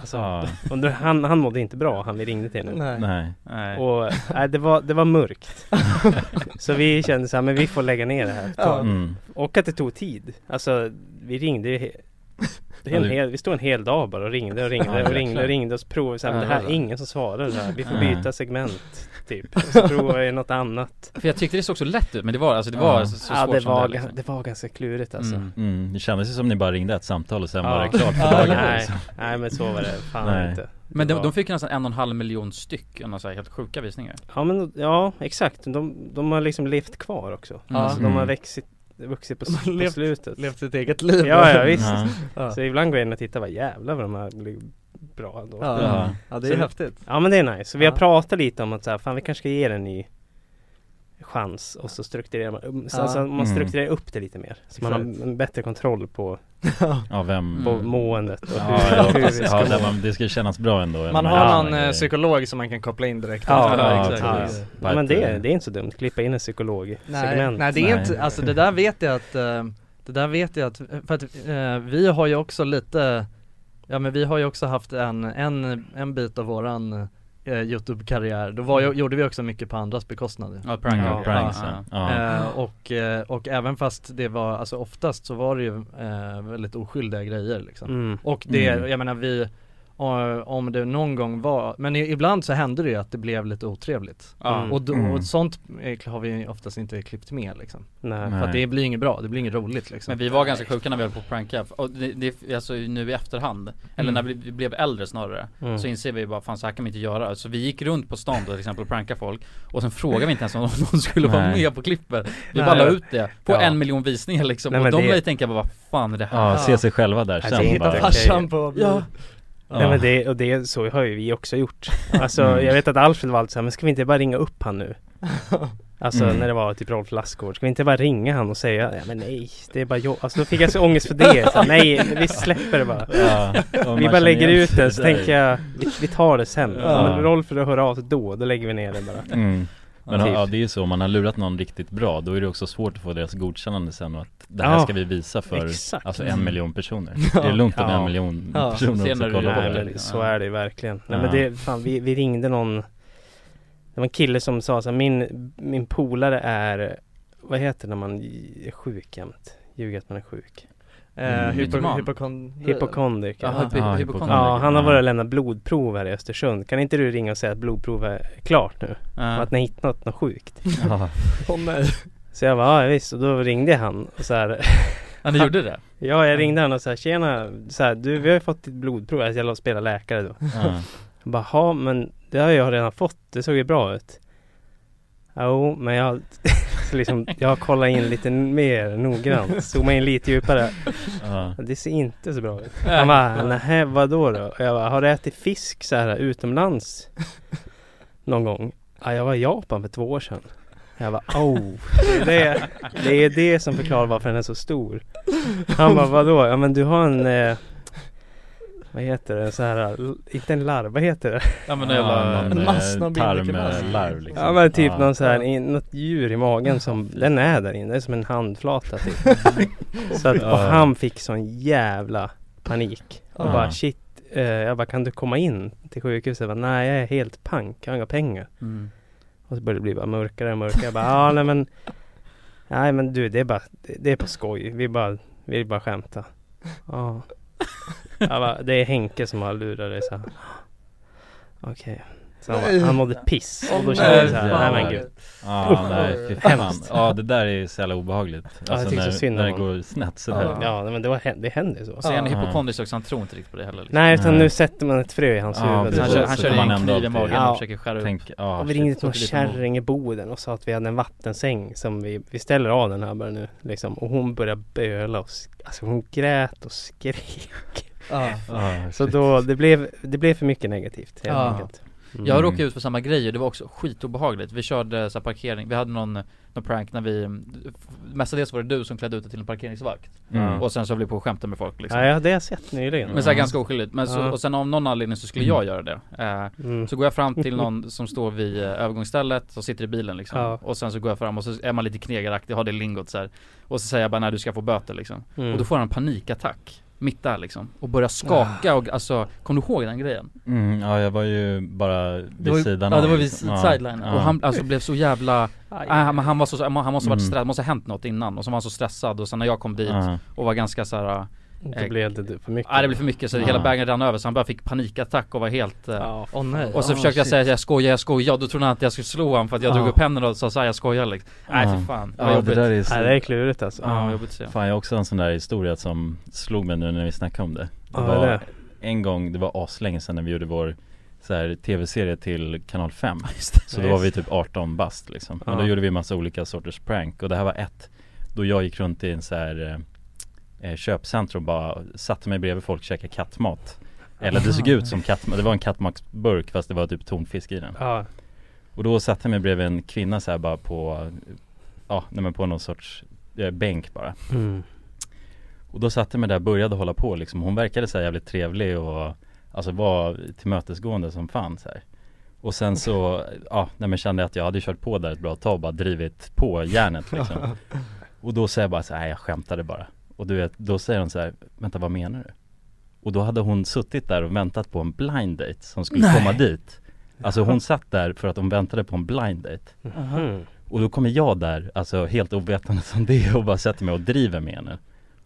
Speaker 8: alltså,
Speaker 4: Ja.
Speaker 8: och då- han, han mådde inte bra han vi ringde till nu
Speaker 2: Nej.
Speaker 4: Nej.
Speaker 7: Nej.
Speaker 8: Och nej, det, var, det var mörkt Så vi kände så här, men vi får lägga ner det här ett
Speaker 2: Ja.
Speaker 8: tag.
Speaker 4: Mm.
Speaker 8: Och att det tog tid Alltså vi ringde ju he- det är
Speaker 4: Ja,
Speaker 8: en
Speaker 4: du-
Speaker 8: hel, vi stod en hel dag bara och ringde och
Speaker 4: Ja,
Speaker 8: ringde och
Speaker 4: verkligen.
Speaker 8: ringde och ringde och så provade vi så här, men det här är ingen som svarar så här. Vi får
Speaker 4: Nej.
Speaker 8: byta segment typ Och så provade vi något annat
Speaker 7: För jag tyckte det såg så lätt ut men det var alltså det var så, så
Speaker 8: Ja
Speaker 7: svårt
Speaker 8: det
Speaker 7: som
Speaker 8: var,
Speaker 7: det, liksom.
Speaker 8: ga- det var ganska klurigt alltså
Speaker 7: Mm.
Speaker 4: Mm. Det kändes ju som ni bara ringde ett samtal och sen
Speaker 8: Ja.
Speaker 4: var det klart för
Speaker 8: Ja,
Speaker 4: dagen.
Speaker 8: nej.
Speaker 4: liksom.
Speaker 8: nej men så var det fan
Speaker 4: Nej.
Speaker 8: inte
Speaker 7: Men
Speaker 8: Det
Speaker 7: de,
Speaker 8: var-
Speaker 7: de fick nästan en och en halv miljon styck, och så här helt sjuka visningar
Speaker 8: Ja men ja exakt, de, de har liksom levt kvar också
Speaker 7: Ja.
Speaker 8: alltså, de har
Speaker 4: Mm.
Speaker 8: växit, vuxit på,
Speaker 2: De har
Speaker 8: s- på
Speaker 2: levt-
Speaker 8: slutet
Speaker 2: Levt sitt eget liv
Speaker 8: Ja, ja visst.
Speaker 4: Ja.
Speaker 2: Ja.
Speaker 8: Så ibland går jag in och tittar, vad jävlar vad de här blir bra ändå.
Speaker 2: Ja.
Speaker 4: Ja.
Speaker 2: Ja det är
Speaker 8: Så-
Speaker 2: häftigt
Speaker 8: Ja men det är nice. Så vi har
Speaker 2: Ja.
Speaker 8: pratat lite om att så här, fan vi kanske ska ge det en ny chans och så strukturerar man, um, så
Speaker 2: Ja.
Speaker 8: alltså, man
Speaker 4: Mm.
Speaker 8: strukturerar upp det lite mer. Så man har
Speaker 2: Exakt.
Speaker 8: en bättre kontroll på,
Speaker 4: Ja, vem?
Speaker 8: på
Speaker 7: Mm.
Speaker 8: måendet och
Speaker 4: Ja,
Speaker 8: hur,
Speaker 4: ja,
Speaker 8: hur vi
Speaker 4: precis.
Speaker 8: ska
Speaker 4: ja
Speaker 8: må.
Speaker 4: där man, det ska kännas bra ändå.
Speaker 2: Man
Speaker 4: Ja,
Speaker 2: har någon
Speaker 4: ja,
Speaker 2: eh,
Speaker 4: ja.
Speaker 2: psykolog som man kan koppla in direkt
Speaker 8: Ja,
Speaker 2: efter.
Speaker 7: ja, exakt.
Speaker 8: Ja.
Speaker 4: precis. eh,
Speaker 8: Ja, men det, det är inte så dumt, klippa in en psykolog i
Speaker 2: Nej,
Speaker 8: segment.
Speaker 2: nej det är
Speaker 4: Nej.
Speaker 2: inte, alltså det där vet jag att, eh, det där vet jag att, för att eh, vi har ju också lite, ja men vi har ju också haft en, en, en bit av våran eh, Youtube-karriär, då var, ju- gjorde vi också mycket på andras bekostnad ju.
Speaker 7: Mm. Ja, prank
Speaker 4: Ja, pranks ja. Ja.
Speaker 2: Eh, och, eh, och även fast det var, alltså oftast så var det ju eh, väldigt oskyldiga grejer liksom.
Speaker 8: Mm.
Speaker 2: Och det,
Speaker 4: Mm.
Speaker 2: jag menar vi, eh, om det någon gång var, men i- ibland så hände det ju att det blev lite otrevligt.
Speaker 7: Ja.
Speaker 2: Och, då,
Speaker 4: Mm.
Speaker 2: och sånt eh, har vi oftast inte klippt med liksom.
Speaker 8: Nej.
Speaker 4: Nej.
Speaker 2: För att det blir inget bra, det blir inget roligt liksom.
Speaker 7: Men vi var ganska sjuka när vi höll på att pranka, och det, det, alltså nu i efterhand, eller
Speaker 2: Mm.
Speaker 7: när vi, vi blev äldre snarare,
Speaker 8: Mm.
Speaker 7: så inser vi bara fan så här kan vi inte göra. Så vi gick runt på stan då, till exempel och prankade folk, och sen frågade vi inte ens om någon skulle vara
Speaker 4: Nej.
Speaker 7: med på klippet. Vi
Speaker 2: Nej.
Speaker 7: bara la ut det, på
Speaker 8: Ja.
Speaker 7: en miljon visningar liksom,
Speaker 8: Nej,
Speaker 7: och
Speaker 8: men
Speaker 7: de
Speaker 8: det-
Speaker 7: lär ju tänka bara vad fan är det här?
Speaker 4: Ja, se sig själva där
Speaker 8: Ja,
Speaker 4: sen.
Speaker 8: det är inte
Speaker 4: bara.
Speaker 8: okej.
Speaker 2: Farsan på
Speaker 7: Ja.
Speaker 8: Nej
Speaker 4: Ja.
Speaker 8: men det, och det, så har ju vi också gjort Alltså
Speaker 4: Mm.
Speaker 8: jag vet att Alfred var alltid så här, men ska vi inte bara ringa upp han nu? Alltså
Speaker 4: Mm.
Speaker 8: när det var typ Rolf Lassgård, ska vi inte bara ringa han och säga ja, men nej, det är bara jag Alltså då fick jag så ångest för det, så här, nej vi släpper det bara
Speaker 4: Ja. Och
Speaker 8: Vi
Speaker 4: man
Speaker 8: bara
Speaker 4: känner
Speaker 8: lägger
Speaker 4: igen
Speaker 8: ut
Speaker 4: sig
Speaker 8: det, så
Speaker 4: där.
Speaker 8: tänker jag vi, vi tar det sen
Speaker 4: Ja.
Speaker 8: Om Rolf hör av sig då, då lägger vi ner det bara
Speaker 4: Mm. Men
Speaker 8: Ja,
Speaker 4: ja,
Speaker 8: typ.
Speaker 4: ja, det är ju så, om man har lurat någon riktigt bra, då är det också svårt att få deras godkännande sen och att det här
Speaker 8: Ja,
Speaker 4: ska vi visa för
Speaker 8: exakt.
Speaker 4: alltså en miljon personer. Det är lugnt om
Speaker 8: Ja.
Speaker 4: en miljon
Speaker 2: Ja.
Speaker 4: personer
Speaker 7: Ser
Speaker 4: också
Speaker 7: när du
Speaker 4: kollar på
Speaker 8: Nej,
Speaker 7: bort
Speaker 4: det.
Speaker 7: det.
Speaker 8: men,
Speaker 7: lite.
Speaker 8: så
Speaker 7: Ja.
Speaker 8: är det liksom. ju verkligen. Nej,
Speaker 4: Ja.
Speaker 8: men det, fan, vi, vi ringde någon Det var en kille som sa så här, min, min polare är Vad heter det när man är sjuk jämt? Ljuga att man är sjuk
Speaker 4: Mm.
Speaker 2: Eh, hypo,
Speaker 8: Mytoman.
Speaker 2: hypokon...
Speaker 8: Hypokondik.
Speaker 2: Ja, hypo,
Speaker 8: ja,
Speaker 2: hypokondik.
Speaker 8: han har varit och lämnat blodprov här i Östersund. Kan inte du ringa och säga att blodprov är klart nu? Och att ni har hittat något sjukt.
Speaker 4: Ja.
Speaker 7: Åh, nej.
Speaker 8: Så jag bara, ja visst. Och då ringde han och så här.
Speaker 7: Ja, ni gjorde det?
Speaker 8: Ja, jag ringde han och så här, tjena, så här, du, vi har ju fått ditt blodprov. Alltså, jag låg och spelade läkare då.
Speaker 4: Ja.
Speaker 8: Jag bara, "Ja, men det har jag redan fått. Det såg ju bra ut. Jo, men jag, så liksom, jag har kollat in lite mer noggrant. Zoomat in lite djupare.
Speaker 4: Ja.
Speaker 8: Det ser inte så bra ut. Han bara, nähä vadå då? Och jag bara, har du ätit fisk så här utomlands någon gång? Ja, jag var i Japan för två år sedan. Jag bara, oh. Det är, det är det som förklarar varför den är så stor. Han bara, vadå? Ja men du har en, eh, vad heter det, så här, l- inte en larv, vad heter det?
Speaker 7: Ja, men en jävla- En massnabel-
Speaker 4: eh, tarmlarv liksom.
Speaker 8: Ja men typ
Speaker 4: Ja.
Speaker 8: någon så här, i- något djur i magen som, den är där inne, det är som en handflata typ. så att, och
Speaker 4: Ja.
Speaker 8: han fick sån jävla panik. Och
Speaker 4: Ja.
Speaker 8: bara shit, eh, jag bara kan du komma in till sjukhuset? Jag bara, nej jag är helt pank, jag har inga pengar.
Speaker 7: Mm.
Speaker 8: Och så började det bli bara mörkare och mörkare. Jag bara, ja nej men Nej men du det är bara, det, det är på skoj. Vi bara, vi bara skämta. Ja. Jag bara, det är Henke som har lurat dig så här. Okej. Så han, bara, han mådde piss. Och då kände jag så här, nej men gud.
Speaker 4: Ja, nej fy fan.
Speaker 8: Hemskt.
Speaker 4: Ja, det där är ju så jävla obehagligt. Alltså,
Speaker 8: Ja, jag tycker
Speaker 4: när,
Speaker 8: så synd om
Speaker 4: när det
Speaker 8: honom.
Speaker 4: går snett sådär.
Speaker 8: Ja, ja men det, var, det händer ju så.
Speaker 7: Så är han
Speaker 8: Ja.
Speaker 7: hypokondrisk också, han tror inte riktigt på det heller liksom.
Speaker 8: Nej utan nu sätter man ett frö i hans
Speaker 4: Ja,
Speaker 8: huvud.
Speaker 4: precis. Han kör- han
Speaker 8: Så
Speaker 4: kör
Speaker 8: får
Speaker 4: in
Speaker 8: man ändå
Speaker 4: kniv i
Speaker 8: alltid-
Speaker 4: magen och
Speaker 7: försöker skära upp.
Speaker 4: Tänk- ja,
Speaker 8: och vi ringde
Speaker 4: shit.
Speaker 8: till någon
Speaker 4: Så blir det som-
Speaker 8: kärring i Boden och sa att vi hade en vattensäng som vi, vi ställer av den här bara nu liksom. Och hon började böla och sk- alltså hon grät och skrek.
Speaker 7: Ja.
Speaker 4: Ja,
Speaker 8: så då, det blev, det blev för mycket negativt helt
Speaker 7: Ja.
Speaker 8: enkelt. Mm.
Speaker 7: Jag
Speaker 4: Mm.
Speaker 7: råkade ut för samma grejer, det var också skitobehagligt. Vi körde så här parkering, vi hade någon, någon prank när vi, mestadels var det du som klädde ut dig till en parkeringsvakt.
Speaker 8: Mm.
Speaker 7: Och sen så höll vi på och skämtade med folk liksom.
Speaker 8: Ja, ja, det har jag sett nyligen.
Speaker 7: Men så här ganska oskyldigt, men så,
Speaker 8: Ja.
Speaker 7: och sen av någon anledning så skulle jag göra det. Eh,
Speaker 8: Mm.
Speaker 7: Så går jag fram till någon som står vid eh, övergångsstället och sitter i bilen liksom.
Speaker 8: Ja.
Speaker 7: Och sen så går jag fram och så är man lite knegaraktig, har det lingot så här. Och så säger jag bara när du ska få böter liksom.
Speaker 8: Mm.
Speaker 7: Och då får han en panikattack. Mitt där liksom. Och börjar
Speaker 8: Ah.
Speaker 7: skaka och alltså, kom du ihåg den grejen?
Speaker 4: Mm, ja jag var ju bara
Speaker 7: Det
Speaker 4: vid
Speaker 7: var ju-
Speaker 4: sidan
Speaker 7: Ja
Speaker 4: av
Speaker 7: det var vid
Speaker 4: liksom.
Speaker 7: ja,
Speaker 4: Ja,
Speaker 7: sideline
Speaker 4: ja.
Speaker 7: och han alltså blev så jävla,
Speaker 8: Aj.
Speaker 7: äh, han, han var så, han må- han måste ha varit
Speaker 4: Mm.
Speaker 7: stressad, måste ha hänt något innan och så var han så stressad och sen när jag kom dit
Speaker 4: Ja.
Speaker 7: och var ganska såhär
Speaker 8: Det blev det för mycket.
Speaker 7: Ja det blev för mycket så
Speaker 4: Ja.
Speaker 7: hela bagen rann över så han bara fick panikattack och var helt eh,
Speaker 8: Ja,
Speaker 2: Åh nej.
Speaker 7: Och så
Speaker 2: Ah,
Speaker 7: försökte jag
Speaker 2: shit.
Speaker 7: säga jag skojar, jag skojar, då trodde han att jag skulle slå honom för att jag
Speaker 8: Ja.
Speaker 7: drog upp händerna och sa såhär jag skojar liksom Nej
Speaker 4: Ja.
Speaker 7: för fan, det var
Speaker 4: Ja det
Speaker 7: jobbigt
Speaker 4: där är så...
Speaker 8: Nej, det är klurigt alltså.
Speaker 7: Ja, vad jobbigt att se.
Speaker 4: Fan jag har också en sån där historia som slog mig nu när vi snackade om det Det
Speaker 8: Ja,
Speaker 4: var
Speaker 8: det.
Speaker 4: en gång, det var aslänge sedan när vi gjorde vår så här, tv-serie till kanal 5 Så då
Speaker 8: Nice.
Speaker 4: var vi typ 18 bast liksom Och då
Speaker 8: Ja.
Speaker 4: gjorde vi massa olika sorters prank och det här var ett Då jag gick runt i en så här eh, eh, köpcentrum och bara satte mig bredvid folk och käkade kattmat Eller det såg ut som kattmat, det var en kattmatsburk fast det var typ tonfisk i den
Speaker 8: Ja.
Speaker 4: och då satte jag mig bredvid en kvinna så här bara på, ja, nej men på någon sorts eh, bänk bara.
Speaker 8: Mm.
Speaker 4: Och då satte jag mig där och började hålla på liksom. Hon verkade så här jävligt trevlig och alltså var tillmötesgående som fan så här. Och sen så, ja, nej men kände jag att jag hade kört på där ett bra tag och bara drivit på järnet liksom. Och då säger jag bara så här, nej jag skämtade bara. Och du vet, då säger hon så här, vänta vad menar du? Och då hade hon suttit där och väntat på en blind date som skulle komma dit. Alltså hon satt där för att hon väntade på en blind date.
Speaker 8: Mm.
Speaker 4: Och då kommer jag där, alltså helt ovetande som det är och bara sätter mig och driver med henne.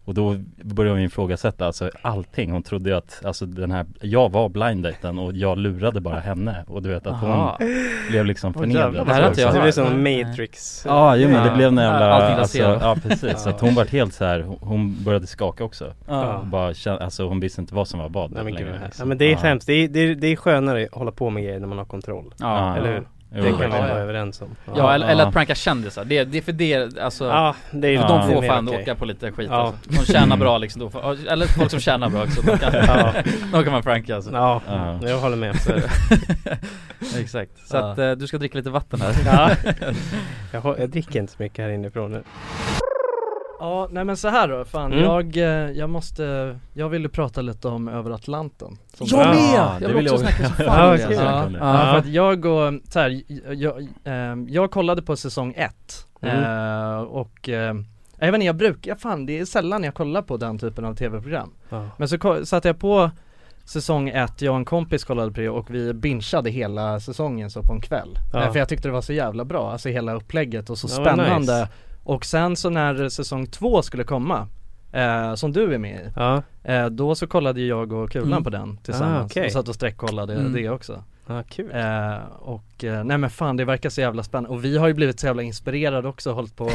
Speaker 4: Och då börjar hon ifrågasätta alltså allting. Hon trodde ju att, alltså den här, jag var blind daten och jag lurade bara henne. Och du vet typ, att
Speaker 7: Aha.
Speaker 4: hon blev liksom förnedrad.
Speaker 7: Det här har inte jag
Speaker 8: Det
Speaker 7: hört.
Speaker 8: blev som Matrix.
Speaker 4: Ja, jo men det blev en jävla,
Speaker 7: Allting
Speaker 4: alltså,
Speaker 7: raserat.
Speaker 4: ja precis. Så att hon vart helt så här, hon började skaka också.
Speaker 8: Ja.
Speaker 4: Hon bara kände, alltså hon visste inte vad som var vad
Speaker 8: Nej men gud vad
Speaker 4: längre.
Speaker 8: hemskt.
Speaker 4: liksom.
Speaker 8: Ja men det är
Speaker 4: Ja.
Speaker 8: hemskt. Det är, det, är, det är skönare att hålla på med grejer när man har kontroll.
Speaker 4: Ja.
Speaker 8: Eller hur?
Speaker 4: Jo,
Speaker 8: det kan vi
Speaker 4: verkligen.
Speaker 8: vara överens om.
Speaker 7: Ja, eller, eller att pranka kändisar, det, det är för det alltså
Speaker 8: Ja, det är ju
Speaker 4: Ja.
Speaker 7: De
Speaker 8: det är
Speaker 7: får
Speaker 8: mer
Speaker 7: fan
Speaker 8: okej.
Speaker 7: åka på lite skit
Speaker 8: Ja.
Speaker 7: alltså. De tjänar bra liksom då, får- eller folk som tjänar bra också, de kan,
Speaker 8: Ja.
Speaker 7: de kan man pranka alltså
Speaker 8: Ja,
Speaker 4: Ja.
Speaker 8: jag håller med. Så är det.
Speaker 7: Exakt, så
Speaker 2: Ja.
Speaker 7: att eh, du ska dricka lite vatten här
Speaker 8: Ja. Jag, hå- jag dricker inte så mycket här inifrån nu.
Speaker 2: Ja, nej men så här då, fan
Speaker 8: Mm.
Speaker 2: jag, eh, jag måste, jag ville prata lite om över Atlanten Som
Speaker 8: Jag med!
Speaker 4: Ja,
Speaker 7: Jag
Speaker 4: det
Speaker 7: vill
Speaker 4: vill
Speaker 7: också snacka så fan
Speaker 8: Ja,
Speaker 7: om det
Speaker 8: kul.
Speaker 7: alltså.
Speaker 4: snacka
Speaker 2: Ja,
Speaker 4: om det.
Speaker 2: ja,
Speaker 8: Ja.
Speaker 2: för att jag och, så här, jag, jag, jag kollade på säsong ett
Speaker 8: Mm.
Speaker 2: eh, och eh, jag vet inte, jag brukar, fan det är sällan jag kollar på den typen av tv-program
Speaker 8: Ja.
Speaker 2: Men så ko- satte jag på säsong ett, jag och en kompis kollade på det och vi bingeade hela säsongen så på en kväll
Speaker 8: Ja.
Speaker 2: Eh, För jag tyckte det var så jävla bra, alltså hela upplägget och så
Speaker 8: Ja, vad
Speaker 2: spännande
Speaker 8: nice.
Speaker 2: Och sen så när säsong två skulle komma eh, som du är med i. Eh, då så kollade ju jag och Kulan
Speaker 8: Mm.
Speaker 2: på den tillsammans
Speaker 8: Ah, okej.
Speaker 2: och satt och streckkollade
Speaker 8: Mm.
Speaker 2: det också.
Speaker 8: Ah, kul.
Speaker 2: Eh, och eh, nej men fan det verkar så jävla spännande och vi har ju blivit så jävla inspirerade också och hållit på och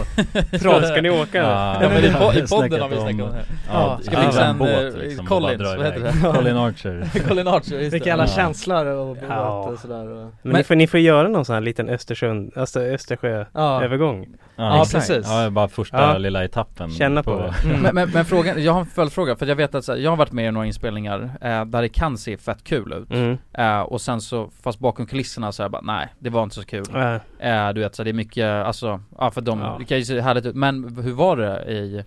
Speaker 2: pratat.
Speaker 8: Ska ni åka?
Speaker 2: Ja,
Speaker 7: Ja men i, po- i
Speaker 4: Snackat
Speaker 7: podden har vi
Speaker 4: om-
Speaker 7: snackat om det här.
Speaker 4: Ja,
Speaker 7: Ska vi
Speaker 4: ja,
Speaker 7: fixa
Speaker 4: en
Speaker 7: en
Speaker 4: båt,
Speaker 7: eh,
Speaker 4: liksom, och bara
Speaker 7: Collins,
Speaker 4: dra
Speaker 7: vad heter
Speaker 4: iväg.
Speaker 7: det?
Speaker 4: Colin Archer.
Speaker 7: Colin Archer, just det.
Speaker 2: Vilka jävla
Speaker 7: Ja.
Speaker 2: känslor och båt
Speaker 8: Ja.
Speaker 2: och sådär och...
Speaker 8: Men, ni, får, ni får göra någon sån här liten Östersund, alltså
Speaker 2: Ja.
Speaker 8: Östersjö-övergång
Speaker 4: Ja, Ja, exakt. precis. Ja, bara första lilla etappen
Speaker 8: Känna på,
Speaker 4: på- Mm.
Speaker 8: det
Speaker 7: Mm. Men, men, men frågan, jag har en följdfråga för jag vet att så här, jag har varit med i några inspelningar eh, där det kan se fett kul ut
Speaker 8: Mm.
Speaker 7: eh, Och sen så, fast bakom kulisserna så är jag bara nej, det var inte så kul
Speaker 8: Nej.
Speaker 7: eh, Du vet så det är mycket, alltså, ja för de,
Speaker 8: Ja.
Speaker 7: det kan ju se härligt ut Men hur var det i,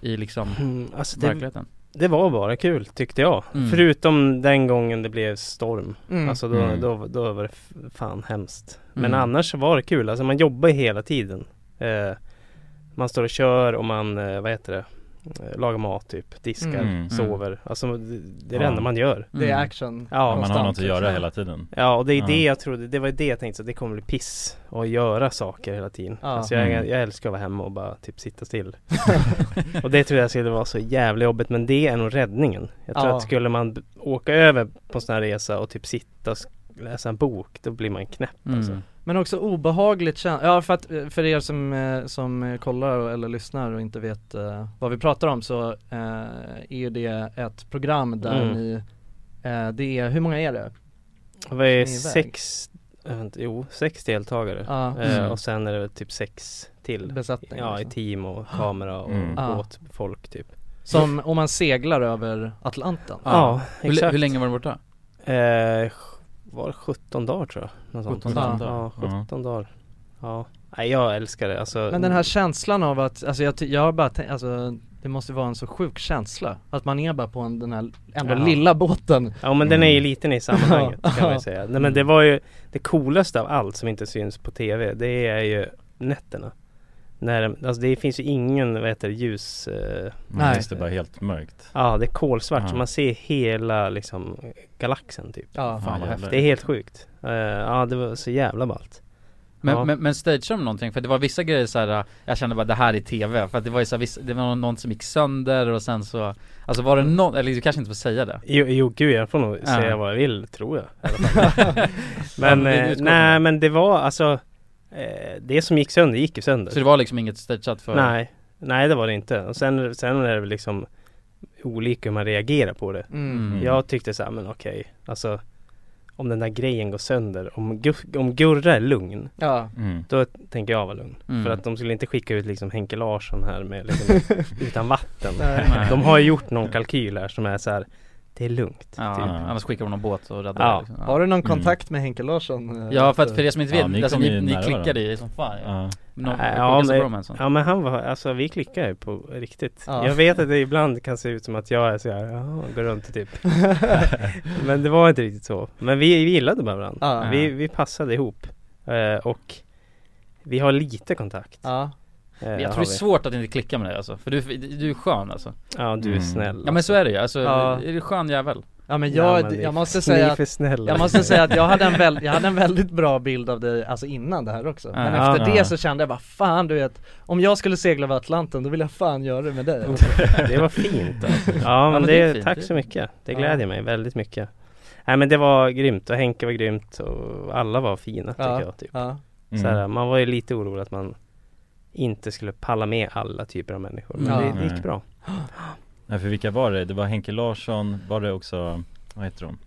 Speaker 7: i liksom
Speaker 8: Mm, alltså det-
Speaker 7: verkligheten?
Speaker 8: Det var bara kul tyckte jag
Speaker 7: Mm.
Speaker 8: Förutom den gången det blev storm
Speaker 7: Mm.
Speaker 8: Alltså då,
Speaker 7: Mm.
Speaker 8: då, då var det f- fan hemskt Men
Speaker 7: Mm.
Speaker 8: annars så var det kul, alltså man jobbar ju hela tiden eh, Man står och kör och man, eh, vad heter det? Eh, Lagar mat typ, diskar,
Speaker 4: Mm.
Speaker 8: sover Alltså det, det är det
Speaker 4: Ja.
Speaker 8: enda man gör
Speaker 2: Det är action
Speaker 8: Ja,
Speaker 4: man har något att göra hela tiden
Speaker 8: Ja och det är
Speaker 4: Ja.
Speaker 8: det jag trodde, det var det jag tänkte så det kommer bli piss att göra saker hela tiden
Speaker 2: Ja.
Speaker 8: alltså jag,
Speaker 4: Mm.
Speaker 8: jag älskar att vara hemma och bara typ sitta still Och det tror jag skulle vara så jävla jobbigt men det är nog räddningen Jag tror
Speaker 2: Ja.
Speaker 8: att skulle man b- åka över på en sån här resa och typ sitta och sk- läsa en bok då blir man knäpp
Speaker 7: Mm.
Speaker 8: alltså
Speaker 2: Men också obehagligt kän- ja för att eh, för er som, eh, som eh, kollar och- eller lyssnar och inte vet eh, vad vi pratar om så eh, är ju det ett program där
Speaker 8: Mm.
Speaker 2: ni, eh, det är, hur många är det?
Speaker 8: Vad är
Speaker 2: Som är iväg.
Speaker 8: sex, jag vet inte, jo sex deltagare
Speaker 2: Ja.
Speaker 8: eh,
Speaker 2: Mm.
Speaker 8: och sen är det väl typ sex till
Speaker 2: Besättning
Speaker 8: Ja i
Speaker 2: liksom.
Speaker 8: team och kamera och
Speaker 2: Mm. Ja.
Speaker 8: båtfolk typ
Speaker 2: Som om man seglar över Atlanten?
Speaker 8: Ja, Ja,
Speaker 7: hur,
Speaker 8: exakt.
Speaker 7: hur länge var du borta?
Speaker 8: Eh, var det 17 dagar tror jag. Något
Speaker 7: 17
Speaker 8: sånt.
Speaker 7: dagar.
Speaker 8: Ja, 17 dagar. Ja. Nej, jag älskar det. Alltså,
Speaker 2: Men den här känslan av att, alltså jag, ty- jag har bara tänkt, alltså det måste vara en så sjuk känsla Att man är bara på en, den här ändå
Speaker 8: Ja.
Speaker 2: lilla båten
Speaker 8: Ja men den
Speaker 2: Mm.
Speaker 8: är ju liten i sammanhanget kan man ju säga. Nej, men det var ju det coolaste av allt som inte syns på TV. Det är ju nätterna. När, alltså det finns ju ingen, vad heter det, ljus... Eh,
Speaker 4: Nej. just det, bara helt mörkt.
Speaker 8: Ja, det är kolsvart
Speaker 4: Ja.
Speaker 8: så man ser hela liksom galaxen typ.
Speaker 2: Ja. Fan, vad häftigt.
Speaker 8: det är helt sjukt. Eh, ja, det var så jävla ballt.
Speaker 7: Men,
Speaker 8: Ja.
Speaker 7: men, men stageade de någonting? För det var vissa grejer så här. äh, jag kände bara det här är TV, för att det var ju så här, vissa, det var någon som gick sönder och sen så Alltså var det någon, eller du kanske inte får säga det?
Speaker 8: Jo, jo gud jag får nog
Speaker 7: Ja.
Speaker 8: säga vad jag vill tror jag i alla
Speaker 7: Ja,
Speaker 8: fall. Men
Speaker 7: men vi
Speaker 8: eh,
Speaker 7: utgår från
Speaker 8: nej men det var alltså eh, Det som gick sönder gick ju sönder
Speaker 7: Så det var liksom inget stageat för?
Speaker 8: Nej Nej det var det inte och sen, sen är det väl liksom Olika hur man reagerar på det
Speaker 7: Mm.
Speaker 8: Jag tyckte såhär men okej Alltså Om den där grejen går sönder Om, Gu- om Gurra är lugn
Speaker 2: Ja.
Speaker 4: Mm.
Speaker 8: Då tänker jag vara lugn
Speaker 4: Mm.
Speaker 8: För att de skulle inte skicka ut liksom Henke Larsson här med liksom, Utan vatten
Speaker 4: Nej.
Speaker 8: De har ju gjort någon kalkyl här som är så här Det är lugnt
Speaker 7: Ja,
Speaker 8: typ.
Speaker 7: annars skickar de någon båt och räddar
Speaker 8: Ja. Mm.
Speaker 7: det liksom. Ja.
Speaker 2: Har du någon kontakt med Henke Larsson? eh,
Speaker 7: Ja för att för er som inte vet,
Speaker 8: Ja, ni
Speaker 7: alltså,
Speaker 8: kom
Speaker 7: ni,
Speaker 8: ju
Speaker 7: ni
Speaker 8: nära
Speaker 7: klickade
Speaker 8: varandra.
Speaker 7: i som fan
Speaker 8: Ja.
Speaker 7: Någon,
Speaker 8: Nej,
Speaker 7: ja,
Speaker 8: ja, men, ja men han var, alltså vi klickar ju på riktigt
Speaker 7: Ja.
Speaker 8: Jag vet att det ibland kan se ut som att jag är så här, ja, går runt och typ Men det var inte riktigt så Men vi, vi gillade bara varandra,
Speaker 2: Ja.
Speaker 8: vi, vi passade ihop eh, Och vi har lite kontakt
Speaker 2: Ja
Speaker 8: Eh,
Speaker 7: Men jag
Speaker 8: har
Speaker 7: tror det är
Speaker 8: vi.
Speaker 7: svårt att inte klicka med dig alltså, för du, du är skön alltså
Speaker 8: Ja du är snäll
Speaker 7: Ja men så är det ju, alltså,
Speaker 2: Ja.
Speaker 7: är du skön jävel?
Speaker 2: Ja men jag,
Speaker 8: men det är
Speaker 2: jag
Speaker 8: för-
Speaker 2: måste
Speaker 8: ni
Speaker 2: säga
Speaker 8: är för snälla.
Speaker 2: Jag måste säga att jag hade, en väl, jag hade en väldigt bra bild av dig, alltså innan det här också Men
Speaker 8: Ja.
Speaker 2: efter
Speaker 8: Ja.
Speaker 2: det så kände jag bara fan du vet Om jag skulle segla över Atlanten då vill jag fan göra det med dig
Speaker 8: Det var fint alltså. Ja men
Speaker 2: är
Speaker 8: det,
Speaker 2: fint.
Speaker 8: tack så mycket Det
Speaker 2: Ja.
Speaker 8: glädjer mig väldigt mycket Nej men det var grymt och Henke var grymt och alla var fina tycker
Speaker 2: Ja,
Speaker 8: jag typ
Speaker 2: ja.
Speaker 8: så
Speaker 4: Mm.
Speaker 8: här, Man var ju lite orolig att man inte skulle palla med alla typer av människor Men
Speaker 4: Ja.
Speaker 8: det, det
Speaker 4: Nej.
Speaker 8: gick bra
Speaker 4: Nej för vilka var det? Det var Henke Larsson, var det också, vad heter hon?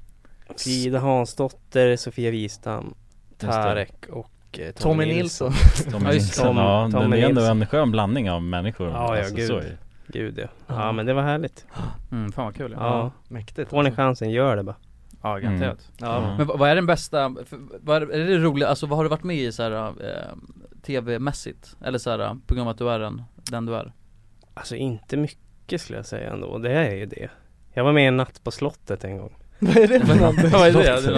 Speaker 8: Frida Hansdotter, Sofia Wistam,
Speaker 4: det.
Speaker 8: Tarek och eh, Tommy,
Speaker 2: Tommy Nilsson.
Speaker 4: Tommy Nilsson, ja,
Speaker 8: Tommy
Speaker 4: den är ändå
Speaker 8: Nilsson.
Speaker 4: en skön blandning av människor
Speaker 8: Ja, ja
Speaker 4: Alltså, så är det.
Speaker 8: gud. Gud ja. Ja men det var härligt.
Speaker 7: Mm, fan vad kul
Speaker 8: Ja.
Speaker 2: Mäktigt.
Speaker 8: Får ni chansen, gör det bara. Mm.
Speaker 7: Ja garanterat
Speaker 8: Ja.
Speaker 7: Mm. Men vad vad är den bästa, för, vad är, är det roliga, alltså vad har du varit med i så här eh, TV-mässigt? Eller så här, eh, på grund av att du är den, den du är?
Speaker 8: Alltså inte mycket skulle jag säga ändå. Det är ju det. Jag var med i en natt på slottet en gång.
Speaker 2: Vad är det för någonting?
Speaker 7: Vad är det? Det är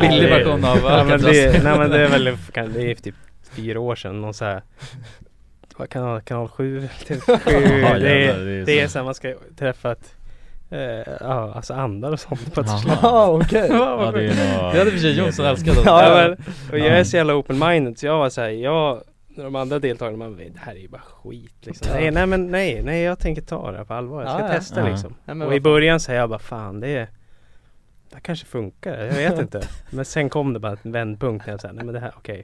Speaker 7: någon billig version av
Speaker 8: nej, men det,
Speaker 7: Alcatraz.
Speaker 8: nej men det är väl, kan- det är typ fyra år sedan, någon så här vad kan det vara, kanal 7 typ 7 det,
Speaker 4: jävlar, det är
Speaker 8: är, det är
Speaker 4: så.
Speaker 8: så här, man ska träffa ett eh, ja, alltså andar och sånt på ett
Speaker 4: Jaha.
Speaker 8: slott
Speaker 2: Ja, okej.
Speaker 8: Vad
Speaker 4: Ja, det är
Speaker 8: sjukt.
Speaker 4: nog- Det hade i och för sig Jonsson
Speaker 8: Ja,
Speaker 4: älskat också.
Speaker 8: ja, men, och jag
Speaker 4: Ja.
Speaker 8: är så jävla open-minded så jag var såhär, jag de andra deltagarna, man vet, det här är ju bara skit liksom. nej, nej men nej, nej jag tänker ta det här på allvar. Jag ska
Speaker 2: Ah, Ja, ja.
Speaker 8: testa
Speaker 2: Ja.
Speaker 8: liksom.
Speaker 2: Ja, men
Speaker 8: och
Speaker 2: vad
Speaker 8: i
Speaker 2: fan.
Speaker 8: början säger jag bara fan det är det här kanske funkar, jag vet inte. Men sen kom det bara en vändpunkt när jag sa nej men det här, okej.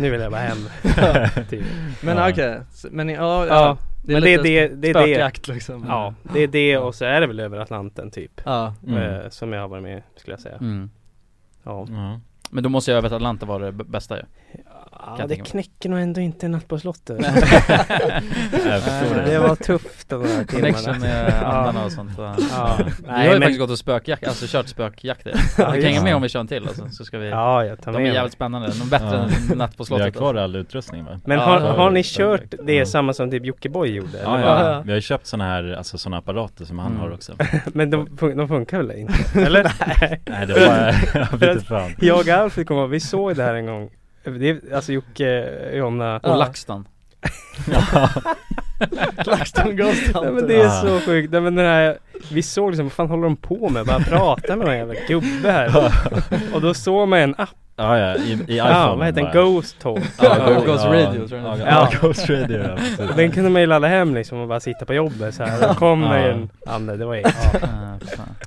Speaker 8: Nu vill jag bara hem. Typ.
Speaker 2: Men
Speaker 8: Ja.
Speaker 2: okej, s- men ja, ja,
Speaker 8: Ja,
Speaker 2: är
Speaker 8: men det är
Speaker 2: lite
Speaker 8: det, det, är
Speaker 2: spökjakt
Speaker 8: det.
Speaker 2: liksom
Speaker 8: Ja, det är det och så är det väl över Atlanten typ.
Speaker 2: Ja.
Speaker 8: Eh,
Speaker 7: Mm.
Speaker 8: Som jag har varit med skulle jag säga.
Speaker 7: Mm.
Speaker 8: Ja.
Speaker 7: Men då måste jag över till Atlanta vara det b- bästa ju.
Speaker 8: Ja,
Speaker 7: Kan jag
Speaker 8: det
Speaker 7: tänka mig.
Speaker 8: knäcker nog ändå inte en natt på slottet.
Speaker 7: Nej, jag förstår
Speaker 8: Nej,
Speaker 7: det.
Speaker 8: det var tufft de där timmarna.
Speaker 7: Connection med andarna och sånt.
Speaker 8: Ja.
Speaker 7: Ja.
Speaker 8: Ja.
Speaker 7: Vi har ju
Speaker 8: Nej, men-
Speaker 7: faktiskt gått och spökjakt, alltså kört spökjakt. Vi
Speaker 8: Ja,
Speaker 7: kan
Speaker 8: just
Speaker 7: hänga med
Speaker 8: det.
Speaker 7: om vi kör en till alltså, så ska vi.
Speaker 8: Ja, jag
Speaker 7: de
Speaker 8: tar med
Speaker 7: är
Speaker 8: mig.
Speaker 7: jävligt spännande, de är bättre än Natt på slottet. alltså.
Speaker 4: Vi har kvar all utrustning va?
Speaker 8: Men har, har ni kört det samma som typ Jockiboi gjorde?
Speaker 4: Ja,
Speaker 8: eller
Speaker 4: ja.
Speaker 8: vad?
Speaker 4: Vi har ju köpt såna här, alltså såna apparater som han
Speaker 8: Mm.
Speaker 4: har också
Speaker 8: Men de, fun- de funkar väl inte? Eller?
Speaker 4: Nej, det var- jag
Speaker 8: För
Speaker 4: vet
Speaker 8: att
Speaker 4: inte fan.
Speaker 8: Jag och Alfred kommer ihåg, vi såg det här en gång det är, Alltså Jocke, Jonna
Speaker 7: Och LaxTon.
Speaker 2: LaxTon Ghost
Speaker 8: Nej men det är
Speaker 2: Hunter.
Speaker 8: så sjukt, nej men den här Vi såg liksom, vad fan håller de på med? Bara prata med någon jävla gubbe här Och då såg man en app
Speaker 4: Ja, ja, i- i
Speaker 8: Ja,
Speaker 4: iPhone
Speaker 8: vad heter den?
Speaker 4: bara.
Speaker 8: Ghost Talk
Speaker 4: Ja, Ghost- Ghost ja. Radio, tror jag den heter. Ja, Ghost Radio, ja, precis.
Speaker 8: Den kunde man ju ladda hem liksom och bara sitta på jobbet så här. Då kom
Speaker 4: Ja.
Speaker 8: det en Ander, det var jag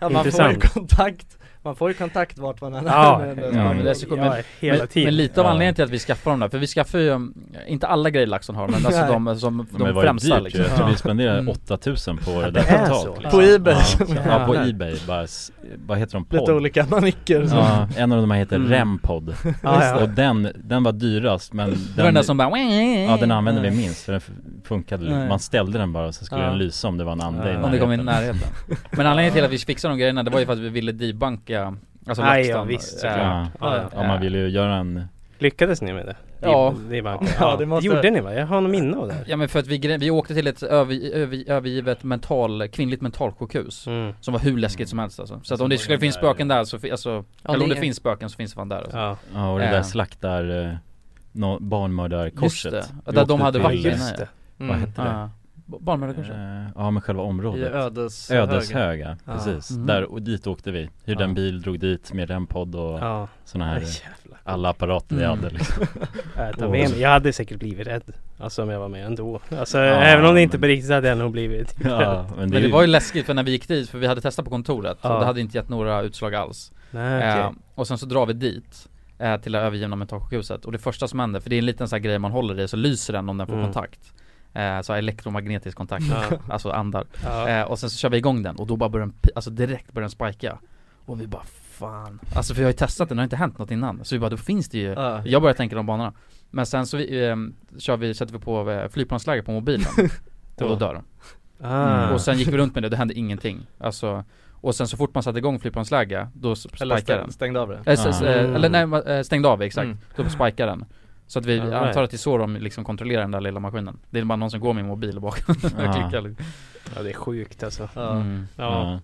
Speaker 2: Ja, man får ju kontakt, man får ju kontakt vart man än är med-
Speaker 7: Ja, men det är så coolt. Men, men, men lite av anledningen till att vi skaffar dem där, för vi skaffar ju, um, inte alla grejer LaxTon har men alltså
Speaker 2: Nej.
Speaker 7: de som,
Speaker 4: Men det
Speaker 7: de
Speaker 4: var ju
Speaker 7: främsta
Speaker 4: dyrt ju.
Speaker 7: liksom.
Speaker 4: Jag tror vi
Speaker 7: Ja.
Speaker 4: spenderade
Speaker 7: Mm.
Speaker 4: 8000 på det
Speaker 7: Att
Speaker 4: där
Speaker 7: det är
Speaker 4: totalt
Speaker 7: så?
Speaker 4: liksom.
Speaker 7: På Ebay.
Speaker 4: Ja, ja på ebay, bara, s- vad heter de?
Speaker 2: Lite olika manicker och så.
Speaker 4: Ja, en av dem här heter
Speaker 2: Mm.
Speaker 4: Rempod
Speaker 2: Ja, ja.
Speaker 4: Och den, den var dyrast men den,
Speaker 7: var den där som bara-
Speaker 4: Ja den använde vi
Speaker 7: Nej.
Speaker 4: minst för den f- funkade
Speaker 7: Nej.
Speaker 4: Man ställde den bara så skulle
Speaker 7: Ja.
Speaker 4: den lysa om det var en ande i
Speaker 7: Om det kom i
Speaker 4: närheten.
Speaker 7: närheten. Men anledningen till att vi fixade de grejerna, det var ju för att vi ville debanka Alltså
Speaker 8: Aj,
Speaker 7: LaxTon.
Speaker 8: ja, visst,
Speaker 7: Eh,
Speaker 4: Ja, ja, man vill ju göra en
Speaker 8: Lyckades ni med det?
Speaker 7: Ja.
Speaker 8: det, är bara, ja, det måste... gjorde ni va? Jag har någon minne av det här.
Speaker 7: Ja men för att vi, gre- vi åkte till ett över, över, övergivet mental, kvinnligt mentalsjukhus
Speaker 8: Mm.
Speaker 7: Som var hur läskigt som helst alltså. Så att om det skulle finnas spöken där så, fi- alltså,
Speaker 2: Ja,
Speaker 7: eller om
Speaker 2: det-
Speaker 7: det finns spöken så finns det fan där alltså.
Speaker 4: Ja och det där
Speaker 7: Eh,
Speaker 4: slaktar eh, nå- barnmördarkorset
Speaker 7: Just det.
Speaker 4: Vi
Speaker 7: Där de
Speaker 4: åkte
Speaker 7: hade
Speaker 4: till,
Speaker 7: vakterna,
Speaker 4: eh,
Speaker 7: ja.
Speaker 4: Vad
Speaker 7: Mm.
Speaker 4: hette det?
Speaker 7: Ja. B- Barnmördarkorset?
Speaker 4: Eh, Ja men själva området
Speaker 7: I Ödeshög.
Speaker 4: Ödeshög ja,
Speaker 7: Ja.
Speaker 4: precis.
Speaker 7: Mm.
Speaker 4: Där, och dit åkte vi. Hyrde en bil, drog dit med rempodd
Speaker 8: Ja.
Speaker 4: och ja. såna här
Speaker 8: Aj,
Speaker 4: alla apparater vi
Speaker 7: Mm.
Speaker 4: hade liksom.
Speaker 8: Jag, tar
Speaker 4: Och-
Speaker 8: med mig. Äh, jag hade säkert blivit rädd. Alltså om jag var med ändå. Alltså
Speaker 4: Ja,
Speaker 8: även om det inte på riktigt hade jag nog blivit rädd.
Speaker 7: men, det var ju läskigt för när vi gick dit, för vi hade testat på kontoret
Speaker 8: Ja.
Speaker 7: och det hade inte gett några utslag alls
Speaker 8: Nej, okej.
Speaker 7: Eh, Och sen så drar vi dit eh, till det övergivna mentalsjukhuset och det första som händer, för det är en liten sån här grej man håller i så lyser den om den får
Speaker 8: Mm.
Speaker 7: kontakt eh, Så här elektromagnetisk kontakt,
Speaker 8: Ja.
Speaker 7: alltså andar
Speaker 8: Ja.
Speaker 7: eh, Och sen så kör vi igång den och då bara börjar den, pi- alltså direkt börjar den spika Och vi bara fan Alltså för jag har ju testat den, det har inte hänt något innan Så vi bara, då finns det ju,
Speaker 2: Ja.
Speaker 7: jag börjar tänka de banorna Men sen så vi, eh, kör vi, sätter vi på eh, flygplansläge på mobilen Och då dör de
Speaker 8: Ah.
Speaker 7: Och sen gick vi runt med det, det hände ingenting Alltså och sen så fort man satte igång flygplansläge, då s-
Speaker 2: Eller
Speaker 7: spikade
Speaker 2: stäng-
Speaker 7: den
Speaker 2: stängde av det.
Speaker 7: Eh, s- s- eh,
Speaker 2: Mm.
Speaker 7: Eller nej, man, eh, stängde av exakt,
Speaker 2: Mm.
Speaker 7: då spikade den Så att vi
Speaker 2: All right.
Speaker 7: antar att det är så de liksom kontrollerar den där lilla maskinen Det är bara någon som går med en mobil bakom och
Speaker 8: Ja.
Speaker 7: klickar liksom.
Speaker 8: Ja det är sjukt alltså.
Speaker 2: Ja.
Speaker 7: Mm.
Speaker 8: Ja.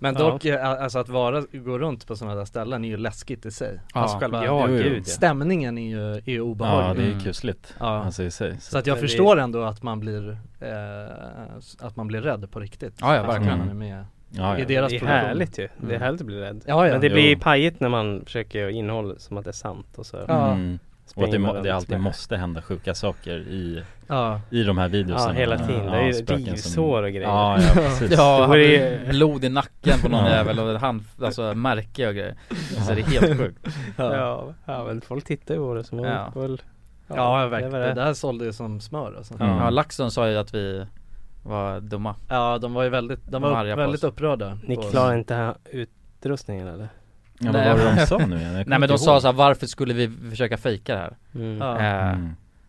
Speaker 2: Men
Speaker 8: Ja.
Speaker 2: dock, eh, alltså att vara, gå runt på sådana där ställen är ju läskigt i sig
Speaker 4: Ja.
Speaker 2: Alltså själva,
Speaker 4: Ja, gud, ja.
Speaker 2: stämningen är ju, är ju
Speaker 4: Ja
Speaker 2: obehaglig
Speaker 4: det
Speaker 7: Mm.
Speaker 4: är kusligt. Alltså i sig.
Speaker 2: Så att jag
Speaker 8: Men Mm. det-
Speaker 2: förstår ändå att man blir, eh, s- att man blir rädd på riktigt
Speaker 7: Ja, ja,
Speaker 2: Alltså,
Speaker 7: verkligen.
Speaker 2: när man är med
Speaker 7: Ja, ja.
Speaker 2: i deras
Speaker 8: det är
Speaker 2: produktion. Mm.
Speaker 8: härligt ju. Det är härligt att bli rädd.
Speaker 2: Ja, ja.
Speaker 8: Men det blir pajigt när man försöker innehålla som att det är sant och så.
Speaker 4: Mm. Och att det, må, det alltid måste hända sjuka saker i,
Speaker 8: Ja.
Speaker 4: i de här videorna
Speaker 8: Ja, hela tiden. Det är ju rivsår och grejer.
Speaker 4: Ja, ja precis
Speaker 7: Ja,
Speaker 8: Det vore
Speaker 7: hade
Speaker 8: ju-
Speaker 7: blod i nacken på någon
Speaker 8: Ja.
Speaker 7: jävel och hand, alltså märke och grejer
Speaker 4: alltså,
Speaker 7: Så det är helt sjukt
Speaker 8: Ja. Ja, men folk tittar ju på det som
Speaker 7: Ja.
Speaker 8: ja. väl
Speaker 2: Ja,
Speaker 8: är
Speaker 2: verkligen.
Speaker 8: väl
Speaker 2: Det där sålde ju som smör alltså.
Speaker 7: Ja,
Speaker 4: Mm.
Speaker 7: LaxTon sa ju att vi var dumma
Speaker 2: Ja, de var ju väldigt, de var
Speaker 7: arga på
Speaker 2: väldigt
Speaker 7: oss.
Speaker 2: upprörda
Speaker 8: Ni
Speaker 2: på oss.
Speaker 8: klarar inte här utrustningen eller?
Speaker 4: Ja, vad var det de sa nu igen? Jag kommer
Speaker 7: Nej men
Speaker 4: inte
Speaker 7: de sa
Speaker 4: ihåg.
Speaker 7: såhär, varför skulle vi försöka fejka det här?
Speaker 8: Mm.
Speaker 2: Ja.
Speaker 7: Eh,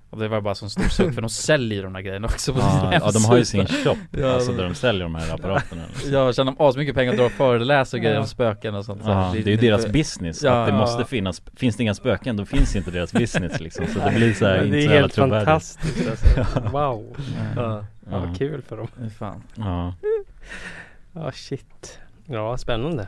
Speaker 7: Och det var bara sån stor suck för de säljer ju de där grejerna också på
Speaker 4: Ja,
Speaker 7: sin
Speaker 4: ja, de har ju sin
Speaker 7: hemsida.
Speaker 4: shop, alltså, där de säljer de här apparaterna, liksom.
Speaker 7: Ja, tjänar de asmycket pengar och drar och föreläser och grejer
Speaker 4: Ja.
Speaker 7: om spöken och sånt så
Speaker 4: Ja, det är ju deras
Speaker 7: inte-
Speaker 4: business,
Speaker 7: Ja.
Speaker 4: att det måste finnas, finns det inga spöken då finns inte deras business liksom så det
Speaker 8: Nej.
Speaker 4: blir så här,
Speaker 8: Men
Speaker 4: inte
Speaker 8: Det
Speaker 4: så
Speaker 8: är
Speaker 4: jävla
Speaker 8: helt
Speaker 4: trovärdigt.
Speaker 8: fantastiskt alltså. Wow. Ja. Ja, vad kul för dem.
Speaker 7: Fan.
Speaker 4: Ja.
Speaker 8: Ja, shit. Ja, spännande.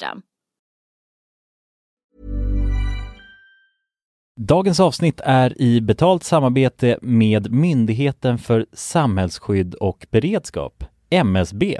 Speaker 4: Dagens avsnitt är i betalt samarbete med Myndigheten för samhällsskydd och beredskap, MSB.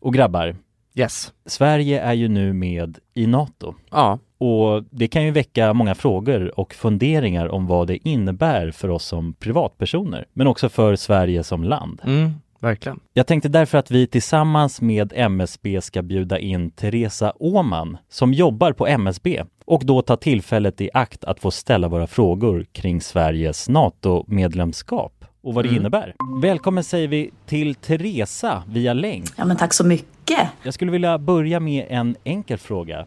Speaker 4: Och grabbar,
Speaker 3: Yes.
Speaker 4: Sverige är ju nu med i NATO.
Speaker 3: Ja.
Speaker 4: Och det kan ju väcka många frågor och funderingar om vad det innebär för oss som privatpersoner, men också för Sverige som land.
Speaker 3: Mm, verkligen.
Speaker 4: Jag tänkte därför att vi tillsammans med MSB ska bjuda in Teresa Åman som jobbar på MSB och då ta tillfället i akt att få ställa våra frågor kring Sveriges NATO-medlemskap och vad det
Speaker 9: Mm.
Speaker 4: innebär. Välkommen säger vi till Teresa via länk.
Speaker 9: Ja, men tack så mycket.
Speaker 4: Jag skulle vilja börja med en enkel fråga.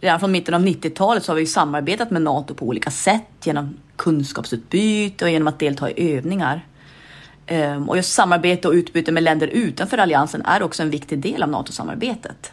Speaker 9: Redan från mitten av 90-talet så har vi ju samarbetat med Nato på olika sätt genom kunskapsutbyte och genom att delta i övningar. Ehm, Och just samarbete och utbyte med länder utanför alliansen är också en viktig del av NATO-samarbetet.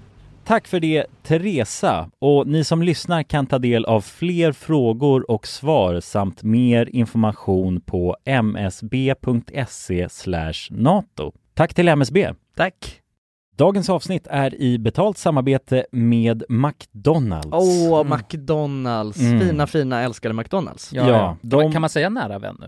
Speaker 4: Tack för det Teresa och ni som lyssnar kan ta del av fler frågor och svar samt mer information på msb.se E nato. Tack till MSB. Tack. Dagens avsnitt är i betalt samarbete med McDonalds.
Speaker 3: Åh, McDonalds,
Speaker 4: Mm.
Speaker 3: fina fina älskade McDonalds.
Speaker 4: Ja, Ja, de-
Speaker 3: Kan
Speaker 1: man säga nära vän nu?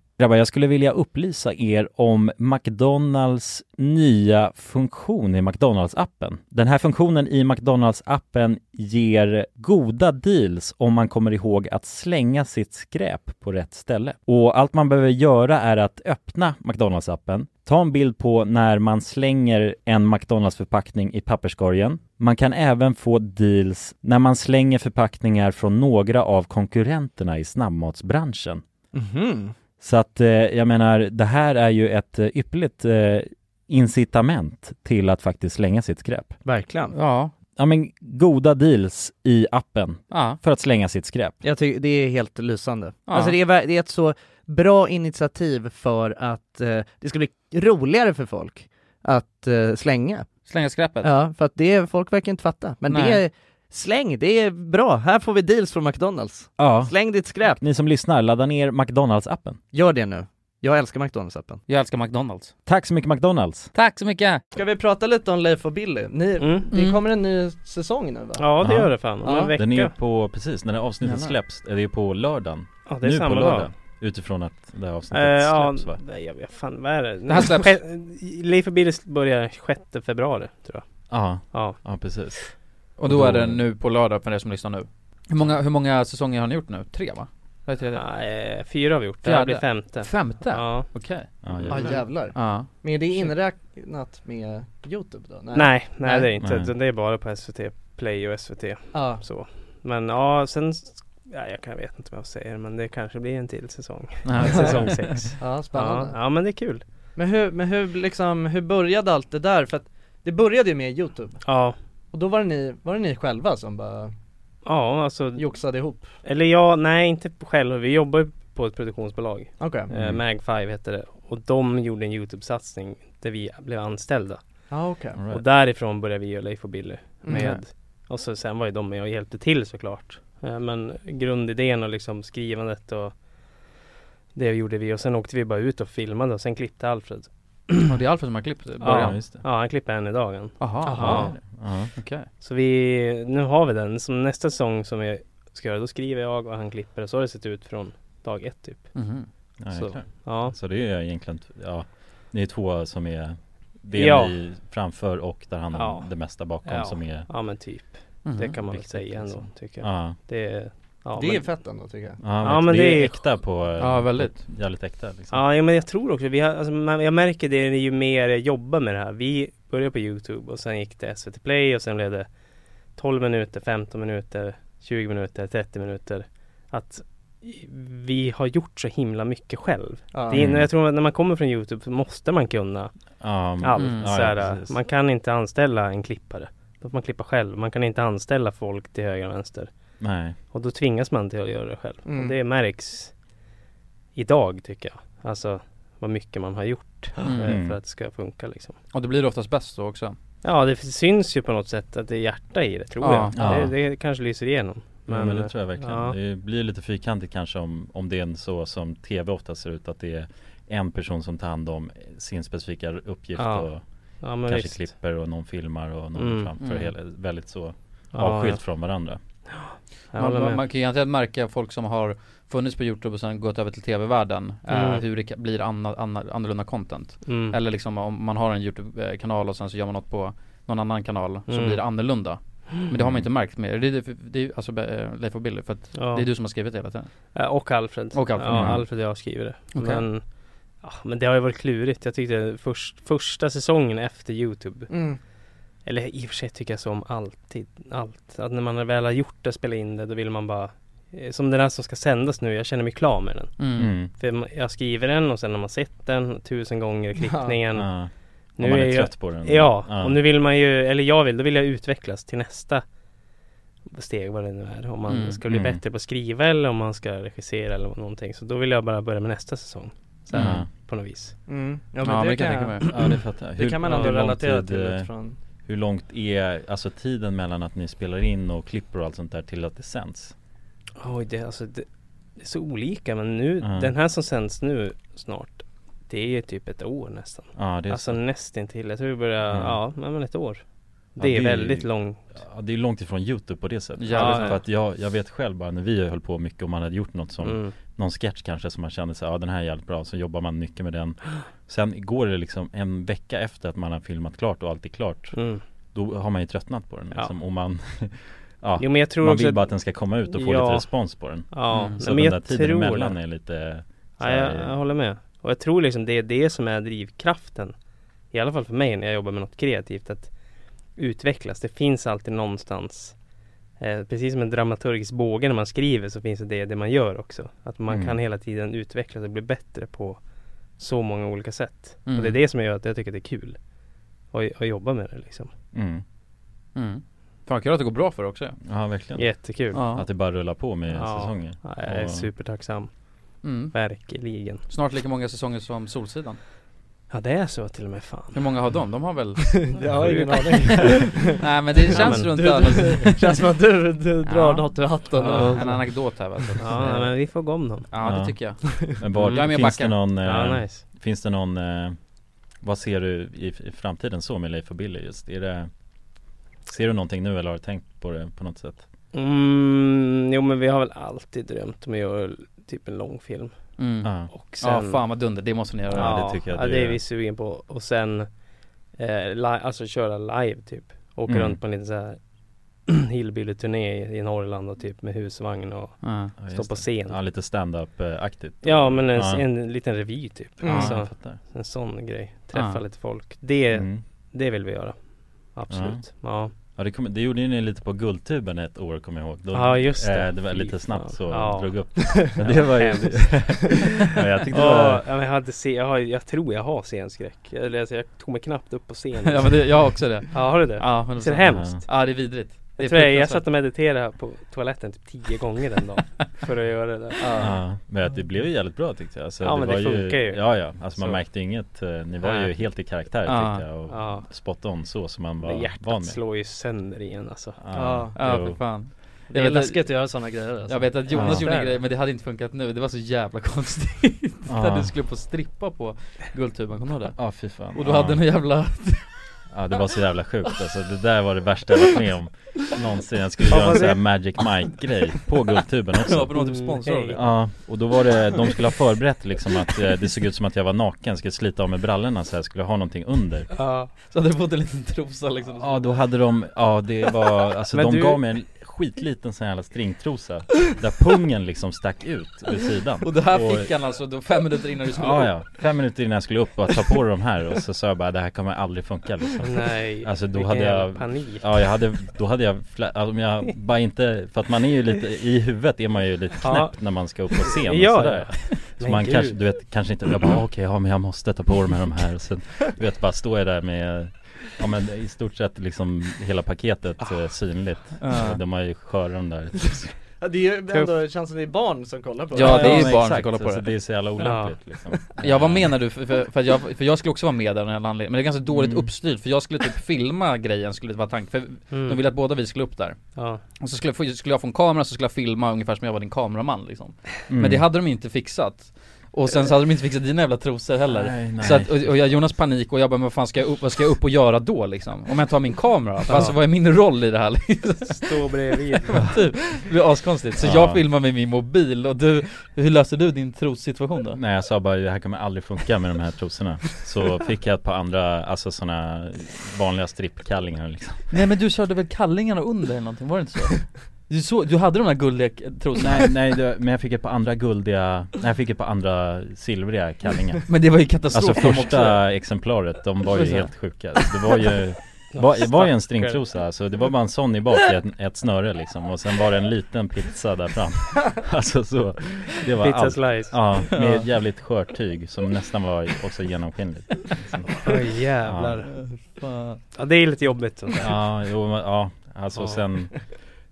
Speaker 4: Grabbar, jag skulle vilja upplysa er om McDonalds nya funktion i McDonalds-appen. Den här funktionen i McDonalds-appen ger goda deals om man kommer ihåg att slänga sitt skräp på rätt ställe. Och allt man behöver göra är att öppna McDonalds-appen, Ta en bild på när man slänger en McDonalds-förpackning i papperskorgen. Man kan även få deals när man slänger förpackningar från några av konkurrenterna i snabbmatsbranschen.
Speaker 3: Mhm.
Speaker 4: Så att eh, jag menar, det här är ju ett eh, ypperligt eh, incitament till att faktiskt slänga sitt skräp.
Speaker 3: Verkligen.
Speaker 4: Ja. Ja men goda deals i appen
Speaker 3: Ja.
Speaker 4: för att slänga sitt skräp.
Speaker 3: Jag tycker det är helt lysande.
Speaker 4: Ja.
Speaker 3: Alltså det är, ver- det är ett så bra initiativ för att eh, det ska bli roligare för folk att eh, slänga.
Speaker 1: Slänga skräpet?
Speaker 3: Ja, för att det, folk verkar inte fatta. Men det
Speaker 1: Nej.
Speaker 3: är, släng, det är bra. Här får vi deals från McDonalds.
Speaker 4: Ja.
Speaker 3: Släng ditt skräp.
Speaker 4: Ni som lyssnar, ladda ner McDonalds-appen.
Speaker 3: Gör det nu. Jag älskar McDonalds-appen.
Speaker 1: Jag älskar McDonalds.
Speaker 4: Tack så mycket McDonalds.
Speaker 1: Tack så mycket!
Speaker 2: Ska vi prata lite om Leif och Billy? Ni, Det kommer en ny säsong nu va?
Speaker 8: Mm. Ja det
Speaker 4: Mm. Ja.
Speaker 8: gör det fan, om en vecka
Speaker 4: Den är ju på, precis, när det här avsnittet
Speaker 8: Jävlar.
Speaker 4: släpps, är det ju på lördagen.
Speaker 8: Ja, det är
Speaker 4: nu
Speaker 8: samma
Speaker 4: på
Speaker 8: dag.
Speaker 4: lördag. Utifrån att det här avsnittet
Speaker 8: Eh, ja,
Speaker 4: släpps va?
Speaker 8: nej, jag vet fan vad är det?
Speaker 4: Det här släpps.
Speaker 8: Sjä- Leif och Billy börjar 6 februari tror jag
Speaker 4: Ja,
Speaker 8: ja.
Speaker 4: ja precis.
Speaker 7: Och då är det nu på lördag för er som lyssnar nu. Hur många, hur många säsonger har ni gjort nu? Tre va? Eller tredje?
Speaker 8: Nej, eh, fyra har vi gjort, det här blir femte
Speaker 7: Femte?
Speaker 8: Ja
Speaker 7: Okej.
Speaker 4: Ja,
Speaker 2: Ja jävlar.
Speaker 7: Ja.
Speaker 2: Men är det inräknat med Youtube då?
Speaker 8: Nej, nej, det är det inte.
Speaker 7: Nej.
Speaker 8: Utan Det är bara på SVT Play och SVT.
Speaker 2: Ja.
Speaker 8: Så. Men ja, sen... s- Ja, jag kan, vet inte vad jag säger men det kanske blir en till säsong.
Speaker 2: Ja.
Speaker 8: säsong 6.
Speaker 2: Ja, spännande.
Speaker 8: Ja, ja, men det är kul.
Speaker 2: Men hur, men hur liksom, hur började allt det där? För att det började ju med Youtube.
Speaker 8: Ja.
Speaker 2: Och då var det ni, var det ni själva som bara
Speaker 8: Ja, alltså...
Speaker 2: joxade ihop?
Speaker 8: Eller ja, nej inte själv. Vi jobbar ju på ett produktionsbolag.
Speaker 2: Okej.
Speaker 7: Mm.
Speaker 8: Eh, Mag5 heter det. Och de gjorde en Youtube-satsning där vi blev anställda.
Speaker 2: Ja, okej. All right.
Speaker 8: Och därifrån började vi och Leif och Billy med.
Speaker 2: Mm.
Speaker 8: Och så, sen var ju de med och hjälpte till såklart. Eh, Men grundidén och liksom skrivandet och det gjorde vi och sen åkte vi bara ut och filmade och sen klippte Alfred.
Speaker 7: Och det är Alfred som har klippt i
Speaker 8: Ja,
Speaker 7: början?
Speaker 8: ja, han klipper en i dagen.
Speaker 7: Aha.
Speaker 8: Ja.
Speaker 7: Ja, okej.
Speaker 8: Så vi, nu har vi den. Som nästa säsong som vi ska göra, då skriver jag och han klipper och så har det sett ut från dag ett typ.
Speaker 7: Mhm.
Speaker 4: Ja,
Speaker 8: så,
Speaker 4: jäklar.
Speaker 8: ja.
Speaker 4: Så det är egentligen, ja, ni är två som är det
Speaker 8: Ja.
Speaker 4: ni framför och där han har
Speaker 8: Ja.
Speaker 4: det mesta bakom
Speaker 8: ja.
Speaker 4: som är
Speaker 8: Ja men typ.
Speaker 4: Mhm.
Speaker 8: Det kan man väl
Speaker 4: Viktigt,
Speaker 8: säga ändå
Speaker 4: liksom.
Speaker 8: tycker jag.
Speaker 4: Ja.
Speaker 8: Det är, ja,
Speaker 2: det är
Speaker 8: men-
Speaker 2: fett ändå tycker jag.
Speaker 4: Ja, men det är äkta på,
Speaker 8: Ja, väldigt.
Speaker 4: jävligt äkta liksom.
Speaker 8: Ja, ja, men jag tror också, vi har, alltså, man, jag märker det ju mer jag jobbar med det här. Vi började på Youtube och sen gick det SVT Play och sen blev det 12 minuter, 15 minuter, 20 minuter, 30 minuter. Att vi har gjort så himla mycket själv.
Speaker 2: Ja.
Speaker 8: Det är,
Speaker 2: Mm.
Speaker 8: Jag tror att när man kommer från Youtube så måste man kunna
Speaker 4: Ja, men-
Speaker 8: allt.
Speaker 4: Mm.
Speaker 8: Så
Speaker 4: Ja, ja,
Speaker 8: här,
Speaker 4: precis.
Speaker 8: man kan inte anställa en klippare. Då får man klippa själv. Man kan inte anställa folk till höger och vänster.
Speaker 4: Nej.
Speaker 8: Och då tvingas man till att göra det själv.
Speaker 4: Mm.
Speaker 8: Och det märks idag tycker jag. Alltså vad mycket man har gjort eh,
Speaker 7: Mm.
Speaker 8: för att det ska funka liksom.
Speaker 7: Och det blir oftast bäst då också.
Speaker 8: Ja det syns ju på något sätt att det är hjärta i det tror
Speaker 7: Ja.
Speaker 8: jag.
Speaker 4: Ja.
Speaker 8: Det, det kanske lyser igenom.
Speaker 4: Men, men det tror jag verkligen.
Speaker 8: Ja.
Speaker 4: Det blir lite fyrkantigt kanske om, om det är en så som tv ofta ser ut att det är en person som tar hand om sin specifika uppgift
Speaker 8: Ja.
Speaker 4: och
Speaker 8: Ja, men
Speaker 4: kanske
Speaker 8: visst.
Speaker 4: klipper och någon filmar och någon
Speaker 8: Mm.
Speaker 4: framför
Speaker 8: Mm.
Speaker 4: hela, väldigt så
Speaker 8: Ja,
Speaker 4: avskilt
Speaker 8: ja.
Speaker 4: från varandra.
Speaker 8: Jag
Speaker 7: man,
Speaker 8: håller
Speaker 7: man,
Speaker 8: med.
Speaker 7: man kan ju egentligen märka folk som har funnits på Youtube och sen gått över till tv-världen eh,
Speaker 8: Mm.
Speaker 7: Hur det ka- blir anna, anna, annorlunda content
Speaker 8: Mm.
Speaker 7: Eller liksom om man har en Youtube-kanal eh, och sen så gör man något på någon annan kanal som
Speaker 8: Mm.
Speaker 7: blir annorlunda Men det har man inte märkt mer, det är, det- det är ju alltså eh, Leif och Billy för att
Speaker 8: Ja.
Speaker 7: det är du som har skrivit det hela tiden
Speaker 8: Eh, Och Alfred.
Speaker 7: Och Alfred,
Speaker 8: ja,
Speaker 7: ja.
Speaker 8: Alfred och jag skriver det.
Speaker 7: Okej.
Speaker 8: Men, ja, men det har ju varit klurigt. Jag tyckte först, första säsongen efter Youtube.
Speaker 2: Mm.
Speaker 8: Eller i och för sig tycker jag så om alltid, allt. Att när man väl har gjort det, spelat in det, då vill man bara eh, som den här som ska sändas nu, jag känner mig klar med den.
Speaker 7: Mm.
Speaker 4: Mm.
Speaker 8: För man- jag skriver den och sen har man sett den tusen gånger, klippningen.
Speaker 4: Ja. Och man är trött på den.
Speaker 8: Ja,
Speaker 4: Ja.
Speaker 8: och nu vill man ju, eller jag vill, då vill jag utvecklas till nästa steg vad det nu är. Om man
Speaker 4: Mm.
Speaker 8: ska bli
Speaker 4: Mm.
Speaker 8: bättre på att skriva eller om man ska regissera eller någonting. Så då vill jag bara börja med nästa säsong. Så här,
Speaker 4: Mm.
Speaker 8: på något vis.
Speaker 2: Mm. Ja, men det kan jag tänka mig.
Speaker 4: Ja det fattar jag.
Speaker 2: Det kan man
Speaker 4: hur
Speaker 2: ändå
Speaker 4: lång
Speaker 2: relatera till
Speaker 4: eh,
Speaker 2: utifrån.
Speaker 4: Hur långt är alltså tiden mellan att ni spelar in och klipper och allt sånt där till att det sänds?
Speaker 8: Oj, det, alltså, det, det är så olika men nu,
Speaker 4: Ja.
Speaker 8: den här som sänds nu snart Det är ju typ ett år nästan
Speaker 4: Ja, det är
Speaker 8: Alltså nästintill, jag tror vi börjar,
Speaker 4: Mm.
Speaker 8: ja, nej, men ett år
Speaker 4: Ja,
Speaker 8: Det är väldigt långt
Speaker 4: Ja, det är långt ifrån Youtube på det sättet.
Speaker 8: Ja,
Speaker 4: för
Speaker 8: ja.
Speaker 4: att jag, jag vet själv bara när vi höll på mycket och man hade gjort något som
Speaker 8: Mm.
Speaker 4: Någon sketch kanske som man kände sig, ja den här är jävligt bra, så jobbar man mycket med den Sen går det liksom en vecka efter att man har filmat klart och allt är klart
Speaker 8: Mm.
Speaker 4: Då har man ju tröttnat på den
Speaker 8: Ja.
Speaker 4: liksom, och man Ja,
Speaker 8: Jo, men jag tror
Speaker 4: man
Speaker 8: också
Speaker 4: vill
Speaker 8: att-
Speaker 4: bara att den ska komma ut och få
Speaker 8: Ja.
Speaker 4: lite respons på den Mm.
Speaker 8: Ja,
Speaker 4: Så
Speaker 8: nej, men jag
Speaker 4: den där tiden
Speaker 8: tror
Speaker 4: emellan
Speaker 8: det.
Speaker 4: är lite så
Speaker 8: Ja,
Speaker 4: här-
Speaker 8: jag, jag håller med Och jag tror liksom det är det som är drivkraften I alla fall för mig när jag jobbar med något kreativt att utvecklas. Det finns alltid någonstans eh, Precis som en dramaturgisk båge när man skriver så finns det det, i det man gör också. Att man
Speaker 4: Mm.
Speaker 8: kan hela tiden utvecklas och bli bättre på så många olika sätt.
Speaker 4: Mm.
Speaker 8: Och det är det som gör att jag tycker att det är kul att, att jobba med det liksom.
Speaker 4: Mm.
Speaker 7: Mm. Fan kul att det går bra för också ja.
Speaker 4: Ja verkligen typ.
Speaker 8: Jättekul.
Speaker 4: Att det bara rullar på med
Speaker 8: Ja.
Speaker 4: säsonger
Speaker 8: Ja, jag är
Speaker 4: Och-
Speaker 8: supertacksam.
Speaker 7: Mm.
Speaker 8: Verkligen.
Speaker 7: Snart lika många säsonger som Solsidan
Speaker 8: Ja det är så till och med fan.
Speaker 7: Hur många har de? De har väl?
Speaker 8: Jag har ingen aning.
Speaker 7: Nej men det känns
Speaker 8: Ja, men
Speaker 7: runt
Speaker 8: du-
Speaker 7: där.
Speaker 8: känns som att du- du drar något ur hatten.
Speaker 7: ja, En anekdot här va? Så att-
Speaker 8: Ja, men vi får gå om dem.
Speaker 7: Ja, det tycker jag Mm.
Speaker 4: Men
Speaker 7: Jag
Speaker 4: var,
Speaker 7: är med och
Speaker 4: finns det
Speaker 7: backar
Speaker 4: någon, eh,
Speaker 8: Ja, nice.
Speaker 4: finns det någon, eh, vad ser du i, i framtiden så med Leif och Billy just? Är det, ser du någonting nu eller har du tänkt på det på något sätt?
Speaker 8: Mm, jo men vi har väl alltid drömt om att göra typ en långfilm.
Speaker 7: Mm.
Speaker 4: Ja.
Speaker 8: Och
Speaker 7: Ja, fan vad dunder, det måste ni göra.
Speaker 8: Ja, det tycker jag. Ja,
Speaker 7: du
Speaker 8: det är
Speaker 7: gör.
Speaker 8: vi sugen på. Och sen, eh, li- alltså köra live typ. Åka
Speaker 4: Mm.
Speaker 8: runt på en liten så här hillbilly-turné i, i Norrland och typ med husvagn och
Speaker 4: Ja. Ja,
Speaker 8: stå
Speaker 4: just
Speaker 8: på scen.
Speaker 4: Ja lite stand-up eh, aktigt
Speaker 8: Ja men en,
Speaker 4: Ja.
Speaker 8: en liten revy typ.
Speaker 4: Ja,
Speaker 8: Alltså,
Speaker 4: jag fattar.
Speaker 8: en sån grej. Träffa
Speaker 4: Ja.
Speaker 8: lite folk. Det,
Speaker 4: Mm.
Speaker 8: det vill vi göra. Absolut. Ja.
Speaker 4: Ja det, kom, det gjorde ni lite på Guldtuben ett år kommer jag ihåg Då,
Speaker 8: Ja, just det.
Speaker 4: eh, Det var lite
Speaker 8: Fy
Speaker 4: snabbt
Speaker 8: fan.
Speaker 4: så,
Speaker 8: Ja.
Speaker 4: drog upp Men det var ju Men jag tyckte det
Speaker 8: Ja,
Speaker 4: var
Speaker 8: ja, men jag, hade se, jag, har, jag tror jag har scenskräck. Eller alltså, jag tog mig knappt upp på scenen.
Speaker 7: Ja men det, jag har också det
Speaker 8: Ja har du det?
Speaker 7: Ja, men
Speaker 8: Visst är det hemskt?
Speaker 7: Ja det är vidrigt Det är
Speaker 8: Jag, tror jag, jag
Speaker 7: fruktansvärt.
Speaker 8: satt och mediterade på toaletten typ tio gånger den dagen för att göra det där.
Speaker 4: Ja, men det blev ju jävligt bra tyckte jag alltså,
Speaker 8: Ja, men det
Speaker 4: var
Speaker 8: funkar ju.
Speaker 4: Ja ja, alltså man
Speaker 8: Så.
Speaker 4: märkte ju inget eh, Ni var ju
Speaker 8: Nej.
Speaker 4: helt i karaktär
Speaker 8: Ja.
Speaker 4: tyckte jag och
Speaker 8: Ja.
Speaker 4: spot on så som man var
Speaker 8: Men
Speaker 4: van
Speaker 8: hjärtat
Speaker 4: med
Speaker 8: slår ju sönder igen alltså.
Speaker 4: Ja.
Speaker 7: Ja
Speaker 4: Jo.
Speaker 7: för fan
Speaker 2: Det är
Speaker 7: Jag vet att-
Speaker 2: läskigt att göra såna grejer, alltså.
Speaker 7: Jag vet att Jonas
Speaker 2: Ja.
Speaker 7: gjorde en
Speaker 2: Där.
Speaker 7: grej men det hade inte funkat nu, det var så jävla konstigt
Speaker 4: Ja.
Speaker 7: När du skulle på strippa på Guldtuben, kommer du ihåg det?
Speaker 4: Ja fy fan
Speaker 7: Och du
Speaker 4: Ja.
Speaker 7: hade en jävla
Speaker 4: Ja det var så jävla sjukt alltså, det där var det värsta jag varit med om Någonsin, jag skulle
Speaker 7: Ja,
Speaker 4: göra en
Speaker 7: vad
Speaker 4: sån här
Speaker 7: det-
Speaker 4: Magic Mike grej på Guldtuben också
Speaker 7: Ja, för de var typ sponsrade av det.
Speaker 4: Ja, och då var det, de skulle ha förberett liksom att eh, det såg ut som att jag var naken, skulle slita av mig brallorna så jag skulle ha någonting under
Speaker 7: Ja Så hade du fått en liten trosa liksom
Speaker 4: Ja då hade de, ja det var, alltså
Speaker 7: Men
Speaker 4: de
Speaker 7: du-
Speaker 4: gav mig en skitliten sån här jävla stringtrosa Där pungen liksom stack ut ur sidan
Speaker 7: Och det här fick han alltså då fem minuter innan du skulle
Speaker 4: Ja
Speaker 7: upp.
Speaker 4: ja, fem minuter innan jag skulle upp och ta på de här och så sa jag bara det här kommer aldrig funka liksom.
Speaker 8: Nej,
Speaker 4: Alltså då
Speaker 8: vilken
Speaker 4: hade jag
Speaker 8: jävla panik.
Speaker 4: Ja jag hade, då hade jag, flä, alltså, om jag bara inte, för att man är ju lite, i huvudet är man ju lite
Speaker 8: Ja.
Speaker 4: knäpp när man ska upp på scen och
Speaker 8: Ja,
Speaker 4: sådär
Speaker 8: ja.
Speaker 4: Så
Speaker 8: Men
Speaker 4: man
Speaker 8: gud.
Speaker 4: kanske, du vet, kanske inte, jag bara okej ja men jag måste ta på mig de här och sen, du vet bara står jag där med Ja men i stort sett liksom hela paketet eh, synligt
Speaker 7: Ah. Ja.
Speaker 4: Så De har ju sköra de där
Speaker 2: Ja, det är ju
Speaker 7: Tuff.
Speaker 2: ändå, känns som det är barn som kollar på
Speaker 7: Ja det är ju barn
Speaker 4: men
Speaker 7: som
Speaker 4: exakt.
Speaker 7: kollar på det
Speaker 4: Alltså, det är så jävla olämpligt, liksom.
Speaker 7: Ja vad menar du? För, för, för, att jag, för jag skulle också vara med där av någon anledning, men det är ganska dåligt
Speaker 4: Mm.
Speaker 7: uppstyrt för jag skulle typ filma grejen skulle det vara tanken, för de ville att båda vi skulle upp där
Speaker 8: Mm. Ja.
Speaker 7: Och så skulle, jag- skulle jag få en kamera så skulle jag filma ungefär som jag var din kameraman liksom
Speaker 4: Mm.
Speaker 7: Men det hade de inte fixat och sen så hade de inte fixat dina jävla trosor heller
Speaker 4: Nej, nej.
Speaker 7: Så att, och, och jag, Jonas panik och jag bara, men vad fan ska jag upp, vad ska jag upp och göra då liksom? Om jag tar min kamera?
Speaker 8: Ja.
Speaker 7: Alltså vad är min roll i det här liksom?
Speaker 8: Stå bredvid.
Speaker 7: Men typ, det blir askonstigt. Så
Speaker 4: Ja.
Speaker 7: jag filmar med min mobil och du, hur löser du din trossituation då?
Speaker 4: Nej jag sa bara det här kommer aldrig funka med de här trosorna Så fick jag ett par andra, alltså sådana vanliga strippkallingar liksom
Speaker 7: Nej men du körde väl kallingarna under eller någonting, var det inte så? Du, så, du hade de där guldiga k- trosorna?
Speaker 4: Nej nej det, men jag fick ett par andra guldiga, nej jag fick ett par andra silvriga kallingar
Speaker 7: Men det var ju katastrof
Speaker 4: Alltså
Speaker 7: de också.
Speaker 4: första exemplaret, de var ju
Speaker 7: Så här.
Speaker 4: helt sjuka Det var ju, var, var ju en stringtrosa alltså, det var bara en sån i bak i ett, ett snöre liksom Och sen var det en liten pizza där fram Alltså så, det var
Speaker 8: Pizza
Speaker 4: allt
Speaker 8: slice.
Speaker 4: Ja, med
Speaker 8: Ja.
Speaker 4: ett jävligt skört tyg som nästan var också genomskinligt liksom.
Speaker 8: Oj jävlar.
Speaker 4: Ja.
Speaker 8: Ja. det är lite jobbigt sånt där.
Speaker 4: Ja, jo, men, ja, alltså
Speaker 8: Ja.
Speaker 4: sen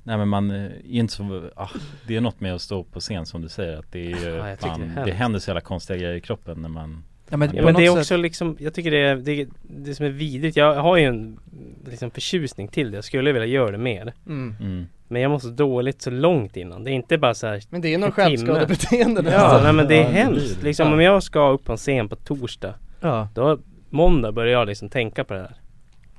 Speaker 4: Nej men man eh, är inte så, ah, det är något med att stå på scen som du säger att det är ju,
Speaker 8: Ja, jag tycker det är
Speaker 4: fan, det,
Speaker 8: hemskt.
Speaker 4: händer så jävla konstiga grejer i kroppen när man
Speaker 7: Ja,
Speaker 8: men, ja, men det är också liksom, jag tycker det, är- det, det som är vidrigt, jag har ju en liksom förtjusning till det, jag skulle vilja göra det mer
Speaker 2: Mm.
Speaker 4: Mm.
Speaker 8: Men jag mår så dåligt så långt innan, det är inte bara så här
Speaker 2: Men det är nog
Speaker 8: en timme.
Speaker 2: självskadebeteende
Speaker 8: Ja,
Speaker 2: nästan.
Speaker 8: nej men det
Speaker 2: Ja,
Speaker 8: är
Speaker 2: det blir
Speaker 8: hemskt
Speaker 2: det.
Speaker 8: liksom
Speaker 2: Ja.
Speaker 8: om jag ska upp på en scen på torsdag
Speaker 2: Ja.
Speaker 8: Då, måndag börjar jag liksom tänka på det här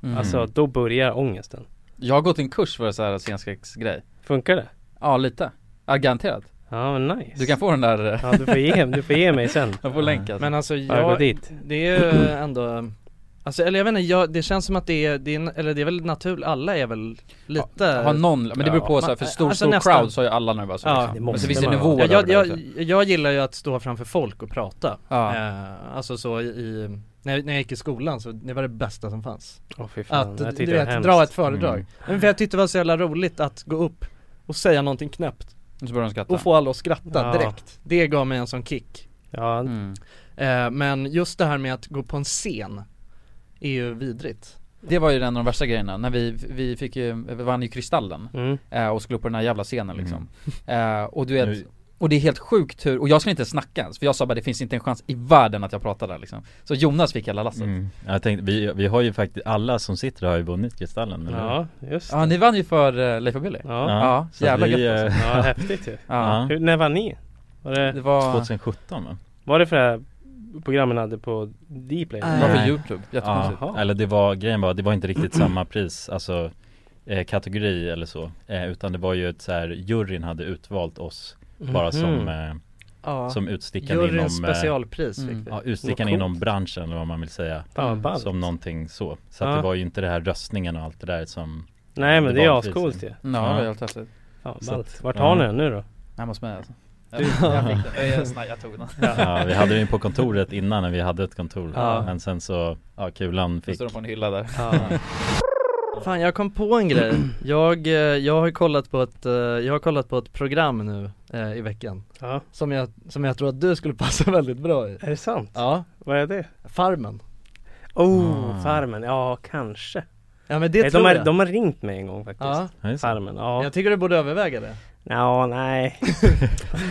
Speaker 7: Mm.
Speaker 8: Alltså då börjar ångesten
Speaker 7: Jag har gått en kurs för så här scenskräcksgrej
Speaker 8: Funkar det?
Speaker 7: Ja lite, ja, garanterat
Speaker 8: Ja men nice
Speaker 7: Du kan få den där eh.
Speaker 8: Ja du får ge, du får ge mig sen
Speaker 7: Jag får länka alltså.
Speaker 2: Men alltså
Speaker 8: Ja, jag går
Speaker 2: jag,
Speaker 8: dit.
Speaker 2: det är ju ändå, alltså Alltså eller jag vet inte, jag, det känns som att det är, det är, en- eller det är väl naturligt, alla är väl lite alltså,
Speaker 7: Har någon, men det beror på så här, för stor, stor crowd så är ju alla nervösa liksom. Det måste vissa nivåer
Speaker 2: jag,
Speaker 7: över
Speaker 2: jag,
Speaker 7: det
Speaker 2: jag, jag gillar ju att stå framför folk och prata
Speaker 7: Ja.
Speaker 2: eh, Alltså så i- i, när, jag- när jag gick i skolan så det var det bästa som fanns
Speaker 8: Åh, fy fan,
Speaker 2: Att
Speaker 8: det här
Speaker 2: du
Speaker 8: tyckte jag
Speaker 2: vet,
Speaker 8: var
Speaker 2: dra
Speaker 8: hemskt.
Speaker 2: ett föredrag
Speaker 8: Mm.
Speaker 2: Men för jag tyckte det var så jävla roligt att gå upp och säga någonting knäppt
Speaker 7: Och så börjar de skratta.
Speaker 2: Och få alla att skratta
Speaker 8: Ja.
Speaker 2: direkt Det gav mig en sån kick
Speaker 8: Ja
Speaker 7: Mm.
Speaker 2: eh, Men just det här med att gå på en scen Är ju vidrigt
Speaker 7: Det var ju en av de värsta grejerna, när vi, vi fick ju, vi vann ju Kristallen
Speaker 8: Mm.
Speaker 7: eh, och skulle upp på den här jävla scenen liksom eh, Och du vet, och det är helt sjukt hur, och jag skulle inte snacka ens, för jag sa bara det finns inte en chans i världen att jag pratar där liksom Så Jonas fick hela lasset
Speaker 4: Mm. Jag tänkte, vi, vi har ju faktiskt, alla som sitter har ju vunnit Kristallen eller hur?
Speaker 8: just
Speaker 7: Ja ni vann ju för eh, Leif och Billy
Speaker 4: Ja.
Speaker 7: ja
Speaker 4: Så
Speaker 7: jävla
Speaker 4: vi,
Speaker 7: gött
Speaker 4: eh,
Speaker 7: alltså.
Speaker 4: Ja.
Speaker 8: Ja, häftigt ju.
Speaker 4: Ja.
Speaker 8: Hur, när var ni? Var det,
Speaker 7: Det var-
Speaker 4: 2017 va?
Speaker 8: Var det för det här programmen hade på Dplay?
Speaker 4: Nej. Ja, eller det var, grejen var, det var inte riktigt samma pris, alltså eh, kategori eller så eh, Utan det var ju ett så här, juryn hade utvalt oss bara som,
Speaker 2: Mhm.
Speaker 4: eh,
Speaker 2: Ja.
Speaker 4: som utstickande
Speaker 2: Juryns
Speaker 4: inom eh,
Speaker 2: specialpris fick vi.
Speaker 4: Ja, utstickande
Speaker 2: Vad coolt.
Speaker 4: inom branschen eller vad man vill säga
Speaker 8: Fan, vad ballt.
Speaker 4: Som någonting så, så
Speaker 8: Ja.
Speaker 4: att det var ju inte det här röstningen och allt det där som
Speaker 8: Nej men det är
Speaker 4: vanligtvis
Speaker 8: ascoolt ju. Ja,
Speaker 7: det var helt häftigt.
Speaker 8: Fan,
Speaker 4: Så
Speaker 8: ballt.
Speaker 4: att-
Speaker 8: Vart
Speaker 4: ja.
Speaker 8: har ni den nu då?
Speaker 7: Jag måste med alltså Jag,
Speaker 8: Du-
Speaker 7: jag fick den, jag, jag, jag tog den
Speaker 4: Ja, vi hade den ju på kontoret innan när vi hade ett kontor
Speaker 7: Ja.
Speaker 4: Men sen så, ja kulan
Speaker 7: Den
Speaker 4: fick
Speaker 7: står på en hylla där
Speaker 2: Fan jag kom på en grej. Jag, eh, jag har kollat på ett, eh, jag har kollat på ett program nu eh, i veckan.
Speaker 8: Ja.
Speaker 2: Som jag, som jag tror att du skulle passa väldigt bra i.
Speaker 8: Är det sant?
Speaker 2: Ja.
Speaker 8: Vad är det?
Speaker 2: Farmen.
Speaker 8: Oh,
Speaker 7: Ah.
Speaker 8: Farmen. Ja, kanske.
Speaker 2: Ja men det
Speaker 8: Eh,
Speaker 2: tror
Speaker 8: de, har,
Speaker 2: jag.
Speaker 8: de har ringt mig en gång faktiskt.
Speaker 4: Ja, just det.
Speaker 8: Farmen, ja.
Speaker 2: Jag tycker du borde överväga det.
Speaker 8: Ja, nej.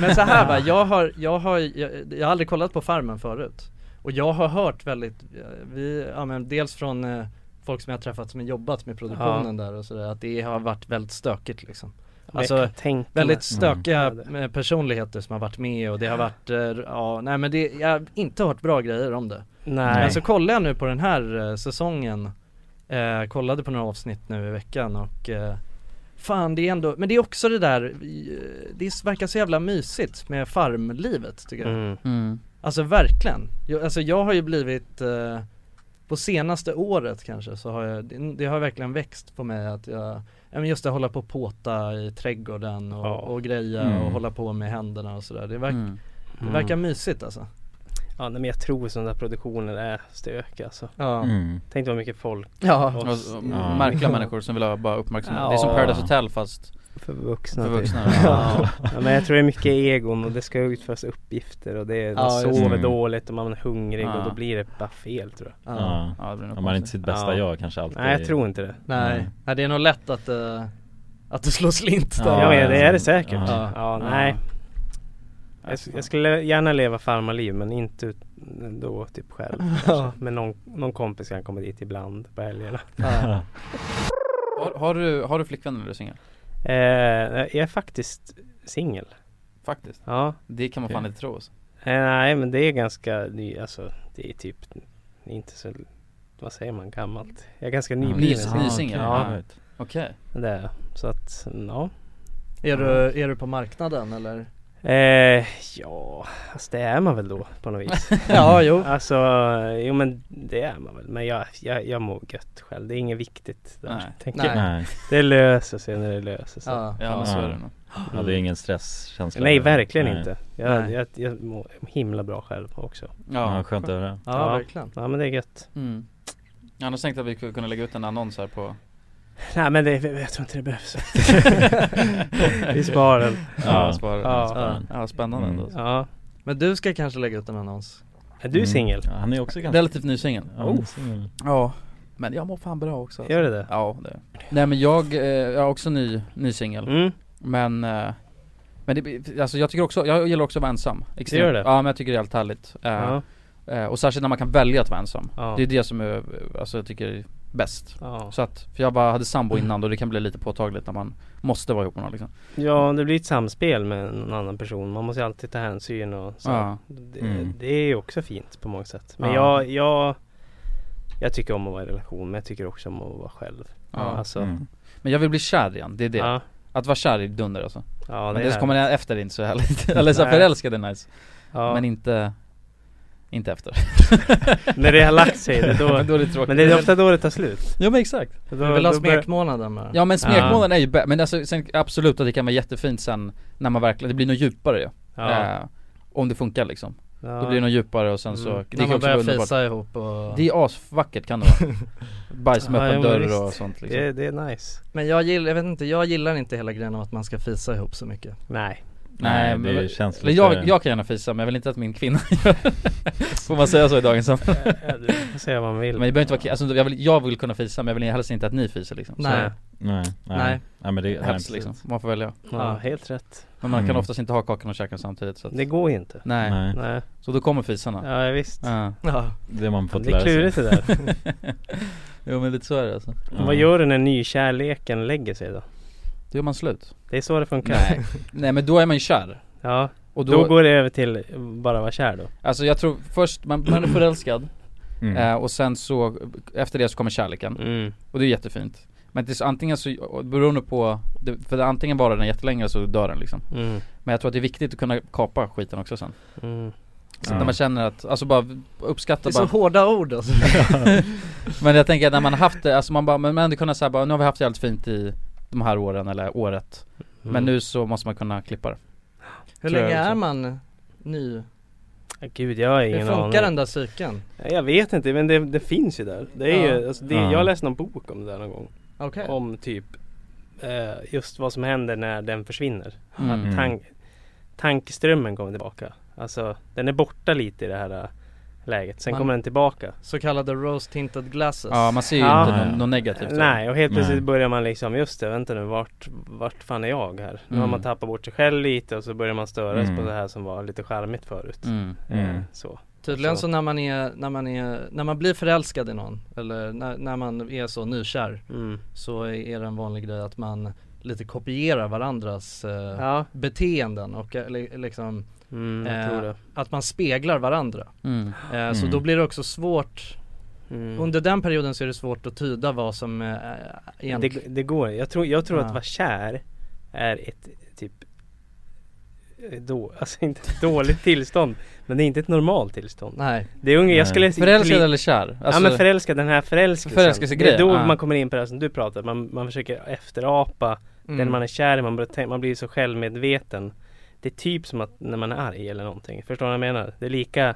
Speaker 2: Men så här va, jag har, jag har, jag, jag har aldrig kollat på Farmen förut. Och jag har hört väldigt, eh, vi, ja men dels från eh, folk som jag har träffat som har jobbat med produktionen där och sådär, att det har varit väldigt stökigt liksom.
Speaker 8: Men jag
Speaker 2: Alltså
Speaker 8: kan tänka mig. Mm.
Speaker 2: väldigt stökiga eh, personligheter som har varit med och det har varit, eh, ja nej men det, jag har inte hört bra grejer om det.
Speaker 8: Nej.
Speaker 2: Men så kollade jag nu på den här eh, säsongen, eh, kollade på några avsnitt nu i veckan och eh, Fan det är ändå, men det är också det där, eh, det verkar så jävla mysigt med farmlivet tycker jag
Speaker 8: Mm.
Speaker 1: Mm.
Speaker 2: Alltså verkligen, jag, alltså jag har ju blivit eh, på senaste året kanske så har jag, det, det har verkligen växt på mig att jag, ja, men just att hålla på och påta i trädgården och, och greja och
Speaker 8: Mm.
Speaker 2: hålla på med händerna och sådär, det, verk,
Speaker 8: Mm.
Speaker 2: det verkar mysigt alltså
Speaker 8: Ja, nej, men jag tror sådana där produktioner är stök alltså.
Speaker 2: Ja.
Speaker 4: Mm.
Speaker 8: Tänk vad mycket folk.
Speaker 7: Och,
Speaker 8: s-
Speaker 7: och, Märkliga människor som vill ha bara uppmärksamhet Det är som
Speaker 8: Ja.
Speaker 7: Paradise Hotel fast
Speaker 8: För vuxna.
Speaker 7: För
Speaker 8: typ.
Speaker 7: vuxna
Speaker 8: ja. ja, men jag tror det är mycket egon och det ska utföras uppgifter och det är, man
Speaker 7: Ja, just
Speaker 8: sover
Speaker 4: det.
Speaker 8: dåligt och man är hungrig
Speaker 7: Ja.
Speaker 8: och då blir det bara fel tror jag.
Speaker 4: Ja, om man är inte sitt bästa jag kanske alltid
Speaker 8: Nej, jag tror inte det.
Speaker 2: Nej,
Speaker 4: Nej.
Speaker 2: Nej det är nog lätt att, eh, att det slår slint där
Speaker 8: Ja, men det är det säkert. Ja,
Speaker 2: Ja.
Speaker 8: nej. Jag, sk- jag skulle gärna leva farmarliv men inte ut, då typ själv
Speaker 2: Ja.
Speaker 8: kanske. Men någon, någon kompis kan komma dit ibland på helgerna.
Speaker 7: Ja. har, har du, har du flickvän eller är du singel?
Speaker 8: Eh, jag är faktiskt singel.
Speaker 7: Faktiskt?
Speaker 8: Ja.
Speaker 7: Det kan man fan inte tro alltså.
Speaker 8: Eh, nej men det är ganska ny, alltså det är typ inte så, vad säger man, gammalt. Jag är ganska nybliven.
Speaker 7: Nys- nysingel?
Speaker 8: Ja.
Speaker 7: Ja. Okej
Speaker 8: Det är jag. Så att, ja.
Speaker 2: Är du, är du på marknaden eller?
Speaker 8: Eh, ja, alltså det är man väl då på något vis.
Speaker 2: Ja, jo.
Speaker 8: Alltså, jo men det är man väl. Men jag, jag, jag mår gött själv. Det är inget viktigt där,
Speaker 7: Nej.
Speaker 8: tänker
Speaker 7: Nej.
Speaker 8: jag.
Speaker 7: Nej.
Speaker 8: Det löser sig när det löser sig.
Speaker 7: Ja, ja, men så är det nog.
Speaker 4: Ja, det är ingen stresskänsla
Speaker 8: Nej, verkligen
Speaker 4: Nej.
Speaker 8: inte. Jag,
Speaker 7: Nej.
Speaker 8: Jag, jag mår himla bra själv också.
Speaker 4: Ja, Ja, skönt att höra.
Speaker 7: Ja, verkligen.
Speaker 8: Ja, men det är gött.
Speaker 7: Mm. Jag hade tänkt att vi skulle kunna lägga ut en annons här på
Speaker 8: Nej men det, jag tror inte det behövs. Vi sparar den.
Speaker 7: Ja, sparar den.
Speaker 8: Ja.
Speaker 7: Sparar den. Ja, spännande
Speaker 8: Mm.
Speaker 7: ändå.
Speaker 8: Ja.
Speaker 2: Men du ska kanske lägga ut en annons?
Speaker 8: Är du Mm. singel? Ja, han är också ganska-
Speaker 7: Relativt ny singel
Speaker 8: Ja, han är singel.
Speaker 7: Ja, men jag mår fan bra också
Speaker 8: Gör det det?
Speaker 7: Ja, det Mm. Nej men jag, eh, jag är också ny, ny singel Men, eh, men det, alltså jag tycker också, jag gillar också att vara ensam Extremt.
Speaker 8: gör det?
Speaker 7: Ja men jag tycker det är helt härligt Eh,
Speaker 8: Ja.
Speaker 7: eh, Och särskilt när man kan välja att vara ensam
Speaker 8: Ja.
Speaker 7: Det är det som är, alltså jag tycker är bäst
Speaker 8: Ja. Mm.
Speaker 7: Så att, för jag bara hade sambo innan och det kan bli lite påtagligt när man måste vara ihop med någon liksom
Speaker 8: Ja, det blir ett samspel med en annan person. Man måste ju alltid ta hänsyn och så.
Speaker 7: Ja.
Speaker 8: Det,
Speaker 7: Mm.
Speaker 8: det är ju också fint på många sätt. Men
Speaker 7: Ja.
Speaker 8: jag, jag, jag tycker om att vara i relation, men jag tycker också om att vara själv.
Speaker 7: Ja.
Speaker 8: Alltså,
Speaker 7: Mm. Men jag vill bli kär igen, det är det.
Speaker 8: Ja.
Speaker 7: Att vara kär är dunder alltså.
Speaker 8: Ja, det
Speaker 7: Men
Speaker 8: är
Speaker 7: det som kommer
Speaker 8: härligt.
Speaker 7: efter det är inte så härligt. Eller så här,
Speaker 8: Nej.
Speaker 7: förälskad är nice.
Speaker 8: Ja.
Speaker 7: Men inte Inte efter.
Speaker 8: När det har lagt sig, det är då-
Speaker 7: Men är tråkigt.
Speaker 8: men det är ofta då det tar slut.
Speaker 7: Ja men exakt.
Speaker 8: Då- Vi vill ha då börjar- smekmånaden bara.
Speaker 7: Ja men
Speaker 8: Ja.
Speaker 7: smekmånaden är ju bä- men alltså, sen, absolut att det kan vara jättefint sen när man verkligen, det blir nog djupare ju.
Speaker 2: Ja.
Speaker 7: Eh, om det funkar liksom.
Speaker 2: Ja.
Speaker 7: Då blir det nog djupare och sen så,
Speaker 2: Mm.
Speaker 7: det
Speaker 2: När
Speaker 7: kan
Speaker 2: man
Speaker 7: också
Speaker 2: börjar
Speaker 7: vara underbart.
Speaker 2: fisa ihop och-
Speaker 7: Det är asvackert kan det vara. Bajs med
Speaker 2: Ja,
Speaker 7: öppen
Speaker 2: jo,
Speaker 7: dörr
Speaker 2: visst.
Speaker 7: och sånt liksom.
Speaker 8: Det, det är nice.
Speaker 2: Men jag gillar, jag vet inte, jag gillar inte hela grejen om att man ska fisa ihop så mycket
Speaker 8: Nej
Speaker 7: Nej, men- eller jag, jag kan gärna fisa men jag vill inte att min kvinna gör det. Får man säga så i dagens samhälle?
Speaker 8: Ja, du får säga vad man vill.
Speaker 7: Men det behöver inte vara, ki- alltså, jag, vill, jag vill kunna fisa men jag vill helst inte att ni fiser liksom Så-
Speaker 8: Nej. Nej, nej. Nej. Nej, men det- nej,
Speaker 7: Helst
Speaker 8: precis.
Speaker 7: liksom, man får välja
Speaker 8: Ja, helt rätt.
Speaker 7: Men man kan
Speaker 8: Mm.
Speaker 7: oftast inte ha kakan och käka samtidigt så att,
Speaker 8: Det går ju inte.
Speaker 7: Nej.
Speaker 8: Nej. Nej.
Speaker 7: Så då kommer fisarna
Speaker 8: Ja, ja, visst.
Speaker 7: ja.
Speaker 8: Ja. Det man fått Det är lära sig. klurigt det där.
Speaker 7: Jo men lite så är det alltså
Speaker 8: Vad gör du när nykärleken lägger sig då?
Speaker 7: Då gör man slut.
Speaker 8: Det är så det funkar.
Speaker 7: Nej. Nej men då är man ju kär
Speaker 8: Ja,
Speaker 7: och
Speaker 8: då går det över till bara vara kär då.
Speaker 7: Alltså jag tror först, man, man är förälskad
Speaker 8: Mm.
Speaker 7: eh, och sen så, efter det så kommer kärleken. Och det är jättefint. Men det är så, antingen så, och beroende på, det, för det, antingen varar den jättelänge så dör den liksom.
Speaker 8: Mm.
Speaker 7: Men jag tror att det är viktigt att kunna kapa skiten också sen.
Speaker 8: Mm.
Speaker 7: Så
Speaker 8: Ja.
Speaker 7: när man känner att, alltså bara uppskatta
Speaker 2: Det är
Speaker 7: bara
Speaker 2: så hårda ord alltså
Speaker 7: men jag tänker att när man har haft det, alltså man bara, men man ändå kunna säga bara, nu har vi haft jävligt fint i de här åren eller året. Men
Speaker 2: Mm.
Speaker 7: nu så måste man kunna klippa det.
Speaker 2: Hur
Speaker 7: Tror jag
Speaker 2: länge
Speaker 7: också.
Speaker 2: är man ny?
Speaker 8: Gud, jag har ingen
Speaker 2: Hur funkar
Speaker 8: aning.
Speaker 2: den där cykeln?
Speaker 8: Jag vet inte, men det, det finns ju där. Det är
Speaker 2: Ja.
Speaker 8: ju, alltså, det,
Speaker 2: Ja.
Speaker 8: Jag läste någon bok om det där någon gång.
Speaker 2: Okej.
Speaker 8: Om typ eh, just vad som händer när den försvinner.
Speaker 2: Mm.
Speaker 8: Att tank, tankeströmmen kommer tillbaka. Alltså den är borta lite i det här eh, läget. Sen
Speaker 2: Man-
Speaker 8: kommer den tillbaka.
Speaker 2: Så kallade rose tinted glasses
Speaker 7: Ja, man ser ju
Speaker 8: Ja.
Speaker 7: inte någon, något negativt. där.
Speaker 8: Nej, och helt plötsligt
Speaker 7: Nej.
Speaker 8: börjar man liksom, just det, vänta nu, vart, vart fan är jag här? Nu har
Speaker 7: Mm.
Speaker 8: man tappat bort sig själv lite och så börjar man störas
Speaker 7: Mm.
Speaker 8: på det här som var lite charmigt förut.
Speaker 7: Mm.
Speaker 8: Eh,
Speaker 7: Mm.
Speaker 8: Så.
Speaker 2: Tydligen så när man är, när man är, när man blir förälskad i någon eller när, när man är så nykär
Speaker 8: Mm.
Speaker 2: så är det en vanlig grej att man lite kopierar varandras eh, beteenden och eh, li- liksom
Speaker 8: Mm, jag tror det.
Speaker 2: att man speglar varandra.
Speaker 8: Mm.
Speaker 2: Eh, så
Speaker 8: Mm.
Speaker 2: då blir det också svårt Under den perioden så är det svårt att tyda vad som eh,
Speaker 8: Det,
Speaker 2: egentligen
Speaker 8: det går, jag tror, jag tror
Speaker 2: Ja.
Speaker 8: att vara kär är ett typ eh, då, alltså inte ett dåligt tillstånd men det är inte ett normalt tillstånd.
Speaker 2: Nej.
Speaker 8: Det är unge,
Speaker 7: Nej.
Speaker 8: jag skulle
Speaker 7: Förälskad eller kär?
Speaker 8: ja
Speaker 7: Alltså-
Speaker 8: men förälskad, den här förälskelsen.
Speaker 7: Förälskelsegrejen,
Speaker 8: Det är då
Speaker 2: Ah.
Speaker 7: ja.
Speaker 8: man kommer in på det här som du pratar man, man försöker efterapa
Speaker 7: Mm.
Speaker 8: den man är kär i, man, börjar tänka- man blir så självmedveten. Det är typ som att när man är arg eller någonting, förstår du vad jag menar? Det är lika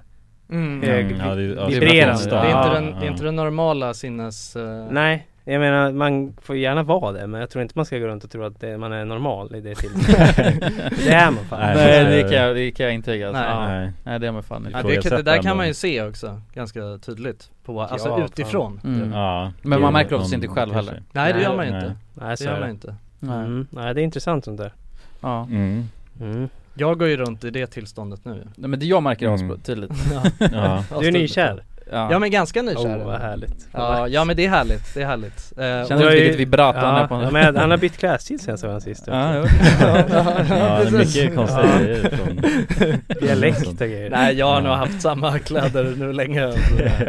Speaker 2: Mm.
Speaker 8: hög
Speaker 2: Mm, ja, det är- ja,
Speaker 8: vibrerande.
Speaker 2: Det är inte den, det är
Speaker 8: Ja.
Speaker 2: inte den normala sinnes... eh,
Speaker 8: Nej, jag menar man får gärna vara det men jag tror inte man ska gå runt och tro att det, man är normal i det tillståndet. det är man fan
Speaker 7: Nej,
Speaker 8: inte.
Speaker 7: det kan jag, det kan jag intyga alltså.
Speaker 2: Nej.
Speaker 7: Ja.
Speaker 2: Nej.
Speaker 7: Nej det är man fan inte.
Speaker 2: Ja, det, kan- det där kan man ju se också ganska tydligt på, alltså
Speaker 7: Ja, fan.
Speaker 2: utifrån
Speaker 7: Mm. Ja. Men man märker oftast inte själv heller.
Speaker 2: Nej det gör man
Speaker 8: Nej.
Speaker 2: inte
Speaker 8: Nej, så
Speaker 2: Det gör
Speaker 8: är
Speaker 2: man inte
Speaker 8: Nej. Mm. Nej det är intressant sånt där.
Speaker 7: Ja.
Speaker 4: Mm.
Speaker 2: Jag går ju runt i det tillståndet nu
Speaker 7: Nej men det jag märker mm. tydligt.
Speaker 8: Ja. Du är nykär?
Speaker 2: Ja. men ganska nykär
Speaker 8: Åh, vad härligt.
Speaker 2: ja, ja men det är härligt, det är härligt Eh, och-
Speaker 8: Du har ju-
Speaker 7: vibrato han
Speaker 8: ja,
Speaker 7: är på.
Speaker 8: ja, men han har bytt klädstil sen jag såg honom sist
Speaker 2: Ah,
Speaker 7: Ja,
Speaker 8: också.
Speaker 7: ja. Ja, det är
Speaker 8: precis.
Speaker 7: mycket konstiga
Speaker 8: Ja.
Speaker 7: grejer från-
Speaker 8: Dialekt och grejer
Speaker 2: Nej jag har nog haft samma kläder nu länge alltså.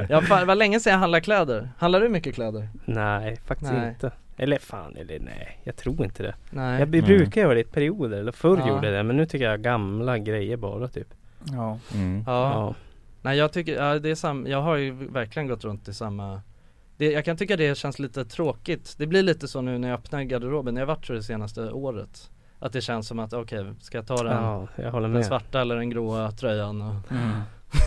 Speaker 2: jag, har fan, Det var länge sedan jag handlade kläder Handlar du mycket kläder?
Speaker 8: Nej, faktiskt
Speaker 2: Nej.
Speaker 8: inte. Eller fan, eller nej, jag tror inte det.
Speaker 2: Nej.
Speaker 8: Jag b-
Speaker 2: Nej.
Speaker 8: brukar göra det i perioder, eller förr
Speaker 2: Ja.
Speaker 8: gjorde jag det, men nu tycker jag gamla grejer bara typ.
Speaker 7: Ja.
Speaker 4: Mm.
Speaker 2: Ja. Nej jag tycker, ja, det är sam, jag har ju verkligen gått runt i samma det, Jag kan tycka det känns lite tråkigt Det blir lite så nu när jag öppnar garderoben, jag har varit så det senaste året Att det känns som att okej, ska jag ta den,
Speaker 8: Ja, jag håller
Speaker 2: den
Speaker 8: med.
Speaker 2: svarta eller den gråa tröjan och
Speaker 8: Mm.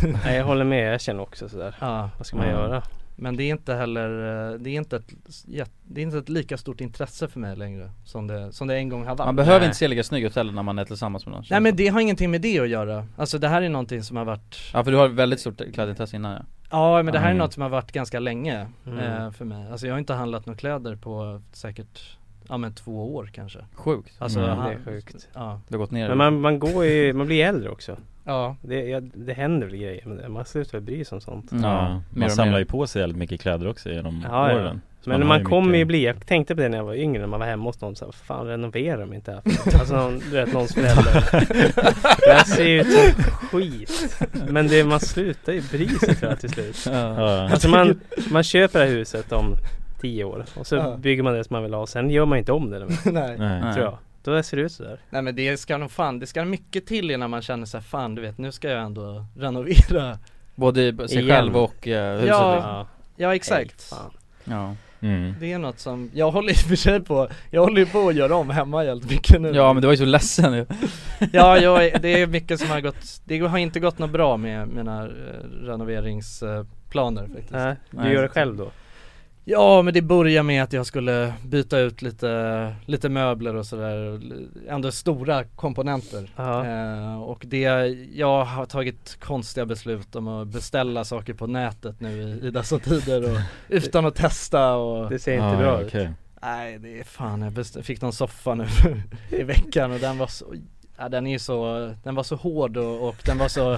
Speaker 8: nej, jag håller med, jag känner också sådär.
Speaker 2: Ja.
Speaker 8: Vad ska man
Speaker 2: Ja.
Speaker 8: göra?
Speaker 2: Men det är inte heller, eh, det är inte ett, jät- det är inte ett lika stort intresse för mig längre som det, som det en gång har varit
Speaker 7: Man behöver inte se lika snygg ut heller när man är tillsammans med någon.
Speaker 2: Nej men det har ingenting med det att göra, alltså det här är någonting som har varit
Speaker 7: Ja för du har väldigt stort klädintresse innan ja.
Speaker 2: Ja men det här är
Speaker 7: Mm.
Speaker 2: något som har varit ganska länge
Speaker 7: Mm.
Speaker 2: eh, för mig. Alltså jag har inte handlat några kläder på säkert, ja men två år kanske
Speaker 7: Sjukt.
Speaker 2: Alltså,
Speaker 8: Mm.
Speaker 2: han-
Speaker 8: Det är sjukt.
Speaker 2: Ja
Speaker 7: Det har gått ner.
Speaker 8: Men man, man går ju, man blir äldre också.
Speaker 2: Ja.
Speaker 8: Det, ja, det händer väl grejer med det, man slutar väl bry sig om sånt.
Speaker 4: Ja, man samlar ju på sig väldigt mycket kläder också genom
Speaker 8: Ja, ja.
Speaker 4: åren. Så
Speaker 8: Men man,
Speaker 4: har
Speaker 8: kommer
Speaker 4: mycket-
Speaker 8: ju bli, jag tänkte på det när jag var yngre när man var hemma hos någon såhär, fan renoverar de inte här? Alltså någon, du vet någons föräldrar Det här ser ju ut som skit Men det, man slutar ju bry sig tror jag till slut
Speaker 4: Ja.
Speaker 8: Alltså man, man köper det här huset om tio år och så
Speaker 2: Ja.
Speaker 8: bygger man det som man vill ha och sen gör man inte om det mer.
Speaker 2: Nej. Nej.
Speaker 8: Tror jag, då ser det ut sådär
Speaker 2: Nej men det ska nog fan, det ska mycket till innan man känner sig fan du vet nu ska jag ändå renovera
Speaker 1: Både sig
Speaker 2: Igen.
Speaker 1: själv och eh, huset liksom.
Speaker 2: Ja, ja exakt
Speaker 1: Ja.
Speaker 2: Det är något som, jag håller i och för sig på, jag håller ju på att göra om hemma helt mycket nu
Speaker 1: Ja men du var ju så ledsen ju
Speaker 2: Ja, jag, är- det är mycket som har gått, det har inte gått något bra med mina eh, renoveringsplaner faktiskt
Speaker 8: Nej, du gör det själv då?
Speaker 2: Ja men det började med att jag skulle byta ut lite, lite möbler och sådär, och li- ändå stora komponenter. Eh, och det, jag har tagit konstiga beslut om att beställa saker på nätet nu i, i dessa tider och utan att testa och
Speaker 8: Det ser inte Ah, bra ut.
Speaker 4: okej.
Speaker 2: Nej det är fan, jag best- fick någon soffa nu i veckan och den var så Ja, den är ju så, den var så hård och, och den var så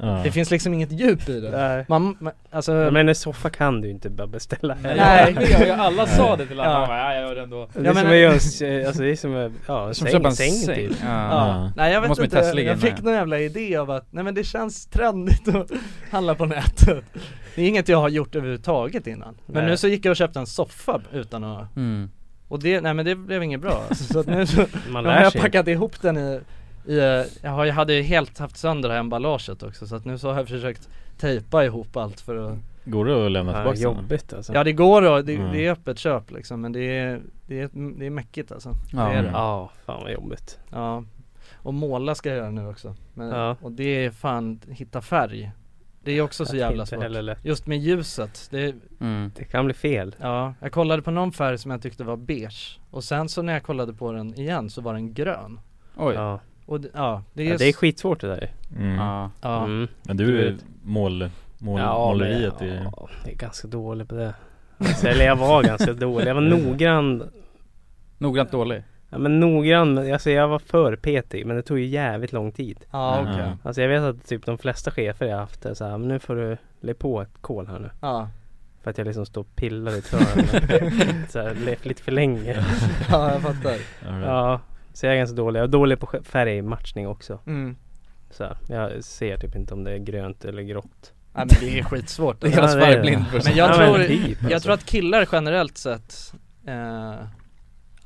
Speaker 8: Ja.
Speaker 2: Det finns liksom inget djup i den man, man, alltså,
Speaker 8: Ja, men en soffa kan du inte bara beställa här.
Speaker 2: Nej.
Speaker 7: Ja, ja, alla sa det till alla.
Speaker 2: Ja.
Speaker 7: Han bara, "Ja, jag gör det ändå."
Speaker 8: Det är som att göra en s- alltså det är som att, ja, en
Speaker 7: Som
Speaker 8: säng,
Speaker 7: köpa en
Speaker 8: säng,
Speaker 7: säng.
Speaker 8: typ.
Speaker 7: Ja.
Speaker 2: Ja. Nej jag
Speaker 7: Då
Speaker 2: vet
Speaker 7: måste man
Speaker 2: inte,
Speaker 7: ju testa
Speaker 2: jag
Speaker 7: liggande.
Speaker 2: fick någon jävla idé av att, nej men det känns trendigt att handla på nätet Det är inget jag har gjort överhuvudtaget innan Men
Speaker 7: Nej.
Speaker 2: nu så gick jag och köpte en soffa utan att
Speaker 1: Mm.
Speaker 2: Och det, nej men det blev inget bra alltså, så att nu så,
Speaker 8: Man
Speaker 2: nu
Speaker 8: lär
Speaker 2: har jag
Speaker 8: sig.
Speaker 2: packat ihop den i, i eh, jag, har, jag hade ju helt haft sönder det här emballaget också så att nu så har jag försökt tejpa ihop allt för att
Speaker 4: Går det att lämna
Speaker 8: Ja,
Speaker 4: tillbaka den?
Speaker 8: jobbigt alltså.
Speaker 2: Ja det går och det,
Speaker 4: Mm.
Speaker 2: det är öppet köp liksom men det är, det är, det är mäckigt alltså
Speaker 4: Ja.
Speaker 2: det är det.
Speaker 8: Ja, fan vad jobbigt.
Speaker 2: Ja Och måla ska jag göra nu också men,
Speaker 8: Ja.
Speaker 2: Och det är fan, hitta färg Det är också så
Speaker 8: Det är
Speaker 2: jävla
Speaker 8: inte
Speaker 2: svårt
Speaker 8: heller lätt. Mm.
Speaker 2: Just med ljuset, det,
Speaker 8: Det kan bli fel.
Speaker 2: ja Jag kollade på någon färg som jag tyckte var beige Och sen så när jag kollade på den igen så var den grön
Speaker 1: Oj.
Speaker 8: Ja.
Speaker 2: Och det, ja, det är,
Speaker 8: Ja, det är skitsvårt det där
Speaker 4: Mm.
Speaker 1: Ja.
Speaker 2: Ja.
Speaker 8: Mm.
Speaker 4: Men du, är mål, mål, måleriet
Speaker 8: men,
Speaker 4: är
Speaker 1: Mm.
Speaker 4: ju...
Speaker 8: ja, jag är ganska dålig på det. Alltså, eller jag var ganska dålig. Jag var noggrann.
Speaker 1: Mm. Noggrant dålig?
Speaker 8: Ja men noggrann, men alltså jag var för petig men det tog ju jävligt lång tid.
Speaker 2: Ja, okej. Mm.
Speaker 8: Alltså jag vet att typ de flesta chefer jag har haft är så här, men nu får du lägga på ett kol här nu.
Speaker 2: Ja.
Speaker 8: För att jag liksom står och pillar i ett hörn så här, le- lite för länge.
Speaker 2: Ja, jag fattar.
Speaker 4: Alright.
Speaker 8: Ja, så jag är ganska dålig. Jag är dålig på färgmatchning också.
Speaker 2: Mm.
Speaker 8: Så här, jag ser typ inte om det är grönt eller grått.
Speaker 2: Nej men det är skitsvårt Alltså,
Speaker 8: Det kallas Ja, det är det. färgblind för
Speaker 2: Men jag
Speaker 8: sånt. Ja,
Speaker 2: tror,
Speaker 8: men typ,
Speaker 2: jag
Speaker 8: alltså.
Speaker 2: tror att killar generellt sett eh,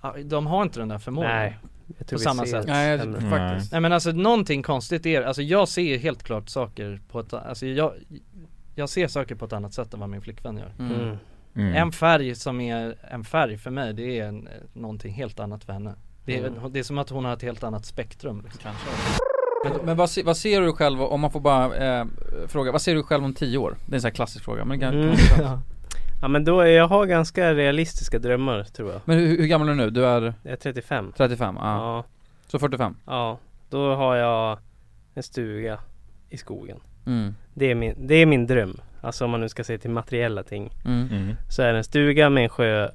Speaker 2: ja, De har inte den där förmågan
Speaker 8: Nej, jag tror
Speaker 2: På
Speaker 8: vi
Speaker 2: samma
Speaker 8: ser
Speaker 2: sätt
Speaker 8: Nej, jag- sämre. faktiskt.
Speaker 2: Nej men alltså någonting konstigt är Alltså jag ser ju helt klart saker på ett Alltså jag Jag ser saker på ett annat sätt än vad min flickvän gör
Speaker 8: Mm. Mm.
Speaker 4: Mm.
Speaker 2: En färg som är en färg för mig det är en, någonting helt annat för henne det är,
Speaker 1: Mm.
Speaker 2: det är som att hon har ett helt annat spektrum liksom.
Speaker 1: Men, men vad, se, vad ser du själv, om man får bara eh, fråga, vad ser du själv om tio år? Det är en sån här klassisk fråga men det kan,
Speaker 8: Mm. Ja men då, är- jag har ganska realistiska drömmar tror jag.
Speaker 1: Men hur, hur gammal är du nu? Du är?
Speaker 8: Jag är 35
Speaker 1: 35, ja.
Speaker 8: Ja.
Speaker 1: Så 45?
Speaker 8: Ja, då har jag en stuga i skogen.
Speaker 1: Mm.
Speaker 8: Det, är min, det är min dröm. Alltså om man nu ska se till materiella ting.
Speaker 1: Mm.
Speaker 4: Mm.
Speaker 8: Så är det en stuga med en sjö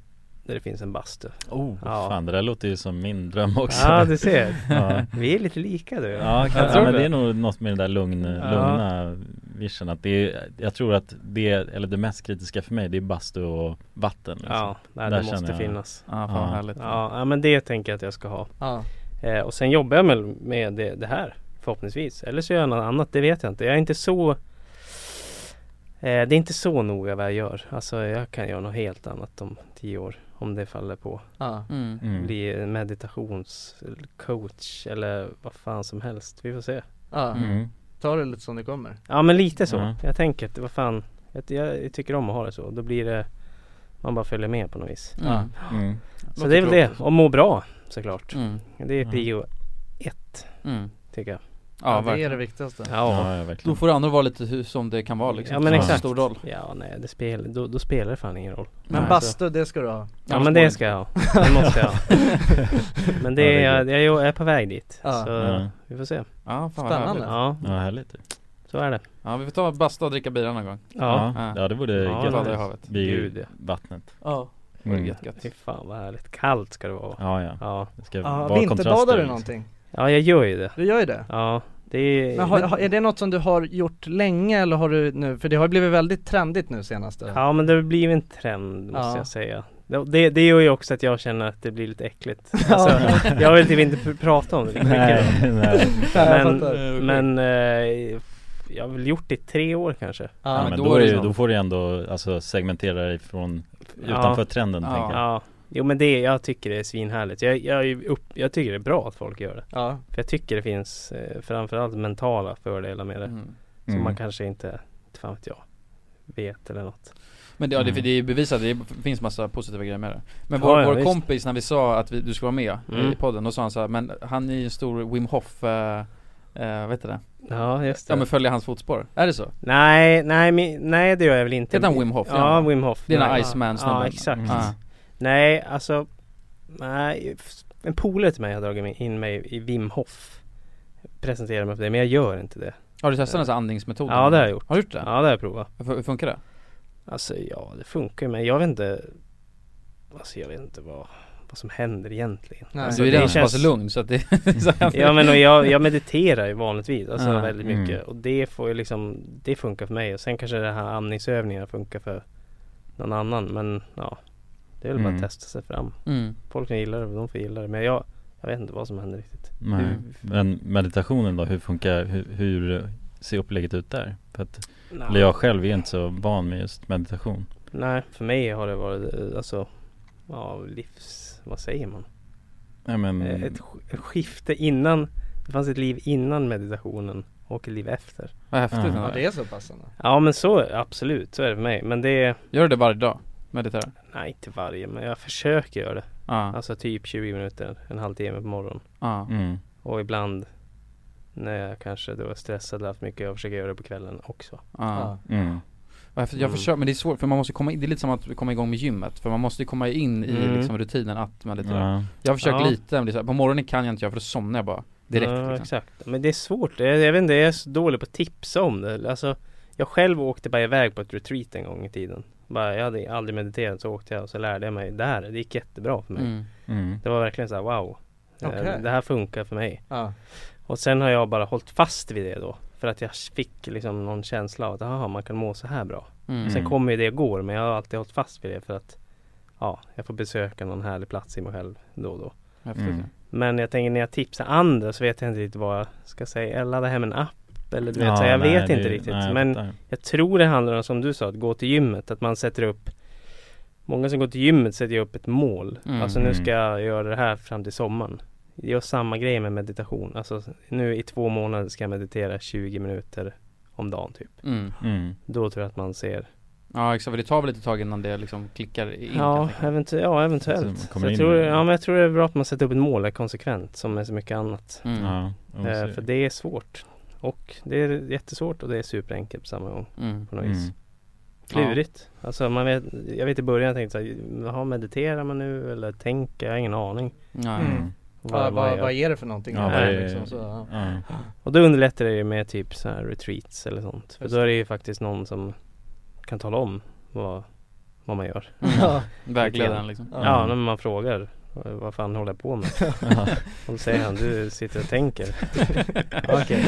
Speaker 8: där det finns en bastu.
Speaker 4: Oh,
Speaker 8: ja.
Speaker 4: Fan det där låter ju som min dröm också
Speaker 8: Ja du ser.
Speaker 4: ja.
Speaker 8: Vi är lite lika du.
Speaker 4: Ja, kan, ja men det är nog något med den där lugn, lugna vision att det är, Jag tror att det, eller det mest kritiska för mig det är bastu och vatten liksom.
Speaker 8: Ja, nej,
Speaker 4: Där
Speaker 8: det måste
Speaker 4: känner jag-
Speaker 8: finnas.
Speaker 1: Ja, fan, härligt.
Speaker 8: Ja, ja, men det tänker jag att jag ska ha.
Speaker 2: Ja.
Speaker 8: Eh, och sen jobbar jag med, med det, det här förhoppningsvis. Eller så gör jag något annat, det vet jag inte. Jag är inte så eh, Det är inte så noga vad jag gör. Alltså jag kan göra något helt annat om tio år. Om det faller på.
Speaker 2: Ja.
Speaker 1: Mm.
Speaker 4: Mm.
Speaker 8: Bli meditationscoach eller vad fan som helst. Vi får se.
Speaker 2: Ja,
Speaker 4: Mm.
Speaker 2: ta det lite som det kommer
Speaker 8: Ja men lite så.
Speaker 4: Ja.
Speaker 8: Jag tänker att vad fan. Jag, jag tycker om att ha det så. Då blir det Man bara följer med på något vis.
Speaker 1: Ja.
Speaker 4: Mm.
Speaker 8: Så
Speaker 1: Låter
Speaker 8: det är väl
Speaker 1: bra.
Speaker 8: det. Och må bra såklart.
Speaker 1: Mm.
Speaker 8: Det är prio ett.
Speaker 1: Mm.
Speaker 8: Tycker jag.
Speaker 1: Ja,
Speaker 2: Det är
Speaker 1: verkligen.
Speaker 2: det viktigaste
Speaker 8: Ja.
Speaker 1: Då får det andra vara lite hur som det kan vara liksom,
Speaker 8: Ja men
Speaker 1: Det spelar inte
Speaker 8: exakt.
Speaker 1: så stor roll
Speaker 8: Ja nej det spel, då, då spelar det fan ingen roll.
Speaker 2: Men
Speaker 8: Alltså.
Speaker 2: bastu, det ska du ha
Speaker 8: Ja men det ska jag ha. Det måste jag ha. Men det
Speaker 4: Ja,
Speaker 8: är,
Speaker 4: det är
Speaker 8: jag, jag är på väg dit.
Speaker 2: Ja.
Speaker 8: Så
Speaker 4: Ja.
Speaker 8: vi får se.
Speaker 1: Ja, fan vad
Speaker 2: Spännande.
Speaker 1: härligt. typ.
Speaker 8: Ja,
Speaker 4: Ja härligt
Speaker 8: så är det.
Speaker 1: Ja, vi får ta basta och dricka bira någon gång
Speaker 8: Ja.
Speaker 4: Ja, ja det vore
Speaker 8: Ja,
Speaker 4: gött
Speaker 8: det är
Speaker 1: havet.
Speaker 4: Vid
Speaker 8: Gud, ja.
Speaker 4: vattnet
Speaker 1: Ja Det
Speaker 4: Mm.
Speaker 1: vore jättegött
Speaker 8: Fy fan vad härligt. Kallt ska det vara.
Speaker 4: Ja ja,
Speaker 8: Ja.
Speaker 4: det ska
Speaker 2: Ja,
Speaker 4: vara
Speaker 2: vinterbadar
Speaker 4: kontraster
Speaker 2: du
Speaker 4: liksom.
Speaker 2: någonting?
Speaker 8: Ja jag gör ju det.
Speaker 2: Du gör ju det?
Speaker 8: Ja. Det är,
Speaker 2: Men har, har- är det något som du har gjort länge eller har du nu, för det har blivit väldigt trendigt nu senaste
Speaker 8: Ja men det har blivit en trend måste
Speaker 2: Ja.
Speaker 8: jag säga det, det, det gör ju också att jag känner att det blir lite äckligt
Speaker 2: Ja.
Speaker 8: alltså, Jag vill typ inte pr- prata om det lika
Speaker 4: Nej,
Speaker 8: mycket då.
Speaker 4: nej.
Speaker 2: Nej, jag
Speaker 8: Men,
Speaker 2: fattar.
Speaker 8: men eh, jag har väl gjort det i tre år kanske
Speaker 4: Ja, men då, är det, ju- då får du ändå alltså, segmentera dig från utanför trenden
Speaker 8: ja.
Speaker 4: tänker jag
Speaker 8: Ja. Jo men det, jag tycker det är svinhärligt jag, jag, är ju upp, jag tycker det är bra att folk gör det
Speaker 2: Ja.
Speaker 8: För jag tycker det finns eh, framförallt mentala fördelar med det Som
Speaker 1: Mm.
Speaker 8: man kanske inte, inte fan vet jag, vet eller något.
Speaker 1: Men det, ja, det,
Speaker 4: Mm.
Speaker 1: det är bevisat, det finns massa positiva grejer med det Men
Speaker 8: Ja,
Speaker 1: vår,
Speaker 8: ja,
Speaker 1: vår
Speaker 8: visst.
Speaker 1: kompis när vi sa att vi, du skulle vara med
Speaker 8: Mm.
Speaker 1: i podden, då sa han så här, men han är ju en stor Wim Hof, eh, eh, vet du det?
Speaker 8: Ja just det.
Speaker 1: Ja men följer hans fotspår, är det så?
Speaker 8: Nej, nej, men- nej det gör jag väl inte.
Speaker 1: Heter han Wim Hof?
Speaker 8: Ja, Wim Hof.
Speaker 1: Det är den
Speaker 8: Ja.
Speaker 1: här Iceman-snubben
Speaker 8: Ja, exakt.
Speaker 1: Mm. Ja.
Speaker 8: Nej, alltså, nej, f- en polare till mig har dragit mig- in mig i Wim Hof. Presenterar mig för det, men jag gör inte det.
Speaker 1: Har du testat den här andningsmetoden?
Speaker 8: Ja, det har jag gjort.
Speaker 1: Har du gjort det?
Speaker 8: Ja, det har jag provat.
Speaker 1: Hur funkar det?
Speaker 8: Alltså ja, det funkar ju, men jag vet inte Alltså jag vet inte vad, vad som händer egentligen
Speaker 1: Nej.
Speaker 8: alltså,
Speaker 1: Du är
Speaker 8: det
Speaker 1: redan så pass lugn så att det- så att-
Speaker 8: Ja men och jag, jag mediterar ju vanligtvis, alltså
Speaker 1: Ja,
Speaker 8: väldigt
Speaker 1: mm.
Speaker 8: mycket Och det får ju liksom, det funkar för mig och sen kanske det här andningsövningarna funkar för någon annan men ja Det är väl bara
Speaker 4: Mm.
Speaker 8: att testa sig fram
Speaker 1: Mm.
Speaker 8: Folk som gillar det, de får gilla det men jag, jag vet inte vad som händer riktigt
Speaker 4: Nej.
Speaker 8: Hur-
Speaker 4: Men meditationen då, hur funkar, hur, hur ser upplägget ut där? För att,
Speaker 8: Nej.
Speaker 4: eller jag själv är inte så van med just meditation
Speaker 8: Nej, för mig har det varit eh, alltså Ja, livs... Vad säger man?
Speaker 4: Nej, men-
Speaker 1: Mm.
Speaker 8: Eh, Ett, sk- ett skifte innan Det fanns ett liv innan meditationen och ett liv efter
Speaker 1: Vad häftigt
Speaker 8: Ja.
Speaker 1: ändå.
Speaker 2: Ja, det är så passande.
Speaker 8: Ja men så, absolut, så är det för mig Men det
Speaker 1: Gör du det varje dag? Mediterar?
Speaker 8: Nej inte varje, men jag försöker göra det
Speaker 1: Ja.
Speaker 8: Alltså typ 20 minuter, en halvtimme på morgonen
Speaker 1: Ja.
Speaker 4: Mm.
Speaker 8: Och ibland När jag kanske då är stressad eller haft mycket, jag försöker göra det på kvällen också
Speaker 1: Ja.
Speaker 4: Mm.
Speaker 1: Och Jag, för- jag
Speaker 8: Mm.
Speaker 1: försöker, men det är svårt för man måste komma in, det är lite som att komma igång med gymmet För man måste ju komma in i
Speaker 8: Mm.
Speaker 1: liksom rutinen att man lite
Speaker 8: Ja.
Speaker 1: Jag har försökt
Speaker 8: Ja.
Speaker 1: lite, men det är så här, på morgonen kan jag inte göra för då somnar jag bara direkt
Speaker 8: ja,
Speaker 1: liksom.
Speaker 8: exakt. Men det är svårt. Jag, jag vet inte, jag är så dålig på att tipsa om det. Alltså, jag själv åkte bara iväg på ett retreat en gång i tiden. Bara, jag hade aldrig mediterat, så åkte jag och så lärde jag mig där. Det gick jättebra för mig.
Speaker 1: Mm.
Speaker 4: Mm.
Speaker 8: Det var verkligen så här, wow. Eh,
Speaker 2: Okej.
Speaker 8: Det här funkar för mig.
Speaker 2: Ja.
Speaker 8: Och sen har jag bara hållit fast vid det då. För att jag fick liksom någon känsla av att, aha, man kan må så här bra.
Speaker 1: Mm.
Speaker 8: Sen
Speaker 1: Mm.
Speaker 8: kommer ju det och går, men jag har alltid hållit fast vid det för att Ja, jag får besöka någon härlig plats i mig själv då och då.
Speaker 1: Häftigt, Mm. ja.
Speaker 8: Men jag tänker när jag tipsar andra så vet jag inte riktigt vad jag ska säga. Jag laddar hem en app eller du vet,
Speaker 4: Ja,
Speaker 8: så jag
Speaker 4: nej,
Speaker 8: vet
Speaker 4: det-
Speaker 8: inte riktigt.
Speaker 4: nej, jag
Speaker 8: men
Speaker 4: fattar.
Speaker 8: jag tror det handlar om som du sa, att gå till gymmet. Att man sätter upp Många som går till gymmet sätter ju upp ett mål.
Speaker 4: Mm.
Speaker 8: Alltså nu ska
Speaker 4: Mm.
Speaker 8: jag göra det här fram till sommaren. Gör samma grej med meditation. Alltså nu i två månader ska jag meditera 20 minuter om dagen typ.
Speaker 1: Mm.
Speaker 4: Mm.
Speaker 8: Då tror jag att man ser
Speaker 1: Ja exakt, för det tar väl lite tag innan det liksom klickar in kan jag
Speaker 8: Ja,
Speaker 1: tänka.
Speaker 8: eventu- ja eventuellt.
Speaker 1: Så man
Speaker 8: Så
Speaker 1: kommer
Speaker 8: jag,
Speaker 1: in
Speaker 8: tror,
Speaker 1: i det.
Speaker 8: ja, men jag tror det är bra att man sätter upp ett mål där konsekvent som med så mycket annat.
Speaker 1: Mm. Ja,
Speaker 4: ja, men
Speaker 8: eh,
Speaker 4: så-
Speaker 8: för det är svårt. Och det är jättesvårt och det är superenkelt på samma gång.
Speaker 1: Mm.
Speaker 8: På något vis.
Speaker 4: Mm.
Speaker 8: Klurigt. Alltså man vet, jag vet i början jag tänkte såhär, jaha mediterar man nu eller tänker? Jag har ingen aning.
Speaker 1: Nej.
Speaker 2: Mm. Vad-
Speaker 8: man
Speaker 2: vad-
Speaker 8: gör.
Speaker 2: vad är det för någonting?
Speaker 8: Ja,
Speaker 2: Ja,
Speaker 8: vad är,
Speaker 2: liksom, så, ja. Ja.
Speaker 8: Och då underlättar det ju med typ så här retreats eller sånt. För
Speaker 2: Just
Speaker 8: då är det ju faktiskt någon som kan tala om vad, vad man gör.
Speaker 1: Ja. Mm. Vägledaren liksom.
Speaker 8: Ja,
Speaker 1: Ja.
Speaker 8: men man frågar "Vad- vad fan håller jag på med?
Speaker 1: Ja.
Speaker 8: och då säger han, du sitter och tänker. okej,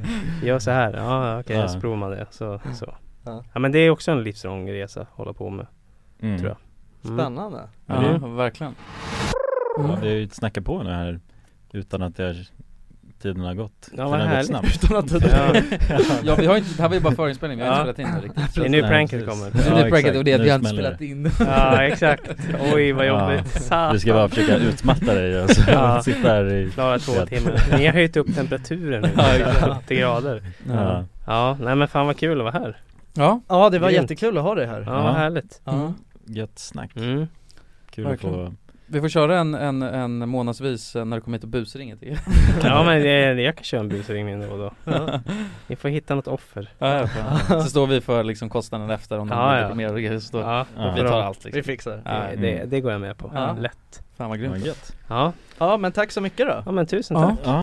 Speaker 8: gör så här. Ja, okej,
Speaker 4: Ja.
Speaker 8: så provar man det. Så, så.
Speaker 2: Ja.
Speaker 8: Ja. men det är också en livslång resa att hålla på med.
Speaker 4: Mm.
Speaker 8: Tror jag.
Speaker 2: Spännande.
Speaker 4: Ja, det-
Speaker 1: verkligen
Speaker 4: Ja, vi har ju snackat på nu här utan att jag, tiden har gått
Speaker 8: Ja,
Speaker 4: Den
Speaker 8: vad
Speaker 4: har gått
Speaker 8: härligt.
Speaker 4: snabbt.
Speaker 8: Utan att tiden-
Speaker 1: Ja, vi har inte- det här var ju bara förinspelning, vi har inte spelat in det riktigt.
Speaker 8: Det är nu
Speaker 1: Nej,
Speaker 8: pranket
Speaker 1: precis.
Speaker 8: kommer.
Speaker 1: Det är nu pranket
Speaker 4: exakt.
Speaker 1: och det är att
Speaker 4: Nu
Speaker 1: vi har inte
Speaker 4: smäller
Speaker 1: spelat
Speaker 4: det.
Speaker 1: in.
Speaker 8: Ja, exakt. Oj, vad
Speaker 4: Ja.
Speaker 8: jobbigt.
Speaker 4: Vi ska bara försöka utmatta dig och så sitta här i
Speaker 8: Klara två
Speaker 4: Ja.
Speaker 8: timmar. Ni har höjt upp temperaturen nu.
Speaker 4: Ja, exakt.
Speaker 8: 80 grader.
Speaker 4: Ja.
Speaker 8: ja, nej men fan vad kul att vara här.
Speaker 1: Ja,
Speaker 2: ja det var jättekul att ha dig här.
Speaker 8: Ja, vad härligt. Mm.
Speaker 2: Ja.
Speaker 4: Gött Mm. snack Kul
Speaker 1: Verkligen.
Speaker 4: att få
Speaker 1: Vi får köra en, en, en månadsvis eh, när du kommer hit och busringer till er.
Speaker 8: Ja men jag, jag kan köra en busringning då och då. Ni får hitta något offer.
Speaker 1: Ja, ja, fan. Så står vi för liksom kostnaden efter om de
Speaker 8: Ja,
Speaker 1: ja,
Speaker 8: ja.
Speaker 1: ja. mer och grejer, så står
Speaker 8: Ja, då
Speaker 1: vi
Speaker 8: får
Speaker 1: tar
Speaker 8: de-
Speaker 1: allt liksom.
Speaker 2: vi fixar.
Speaker 1: Ja,
Speaker 8: Det, det, det går jag med på.
Speaker 2: Ja.
Speaker 8: Lätt.
Speaker 1: Fan vad grymt.
Speaker 4: Vad gött.
Speaker 8: Ja.
Speaker 2: Ja men tack så mycket då.
Speaker 8: Ja men tusen
Speaker 2: tack.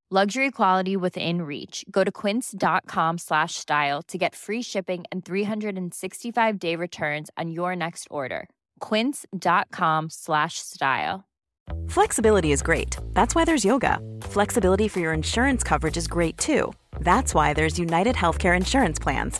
Speaker 10: Luxury quality within reach. Go to quince.com slash style to get free shipping and 365 day returns on your next order. Quince.com slash style.
Speaker 11: Flexibility is great. That's why there's yoga. Flexibility for your insurance coverage is great too. That's why there's United Healthcare Insurance Plans.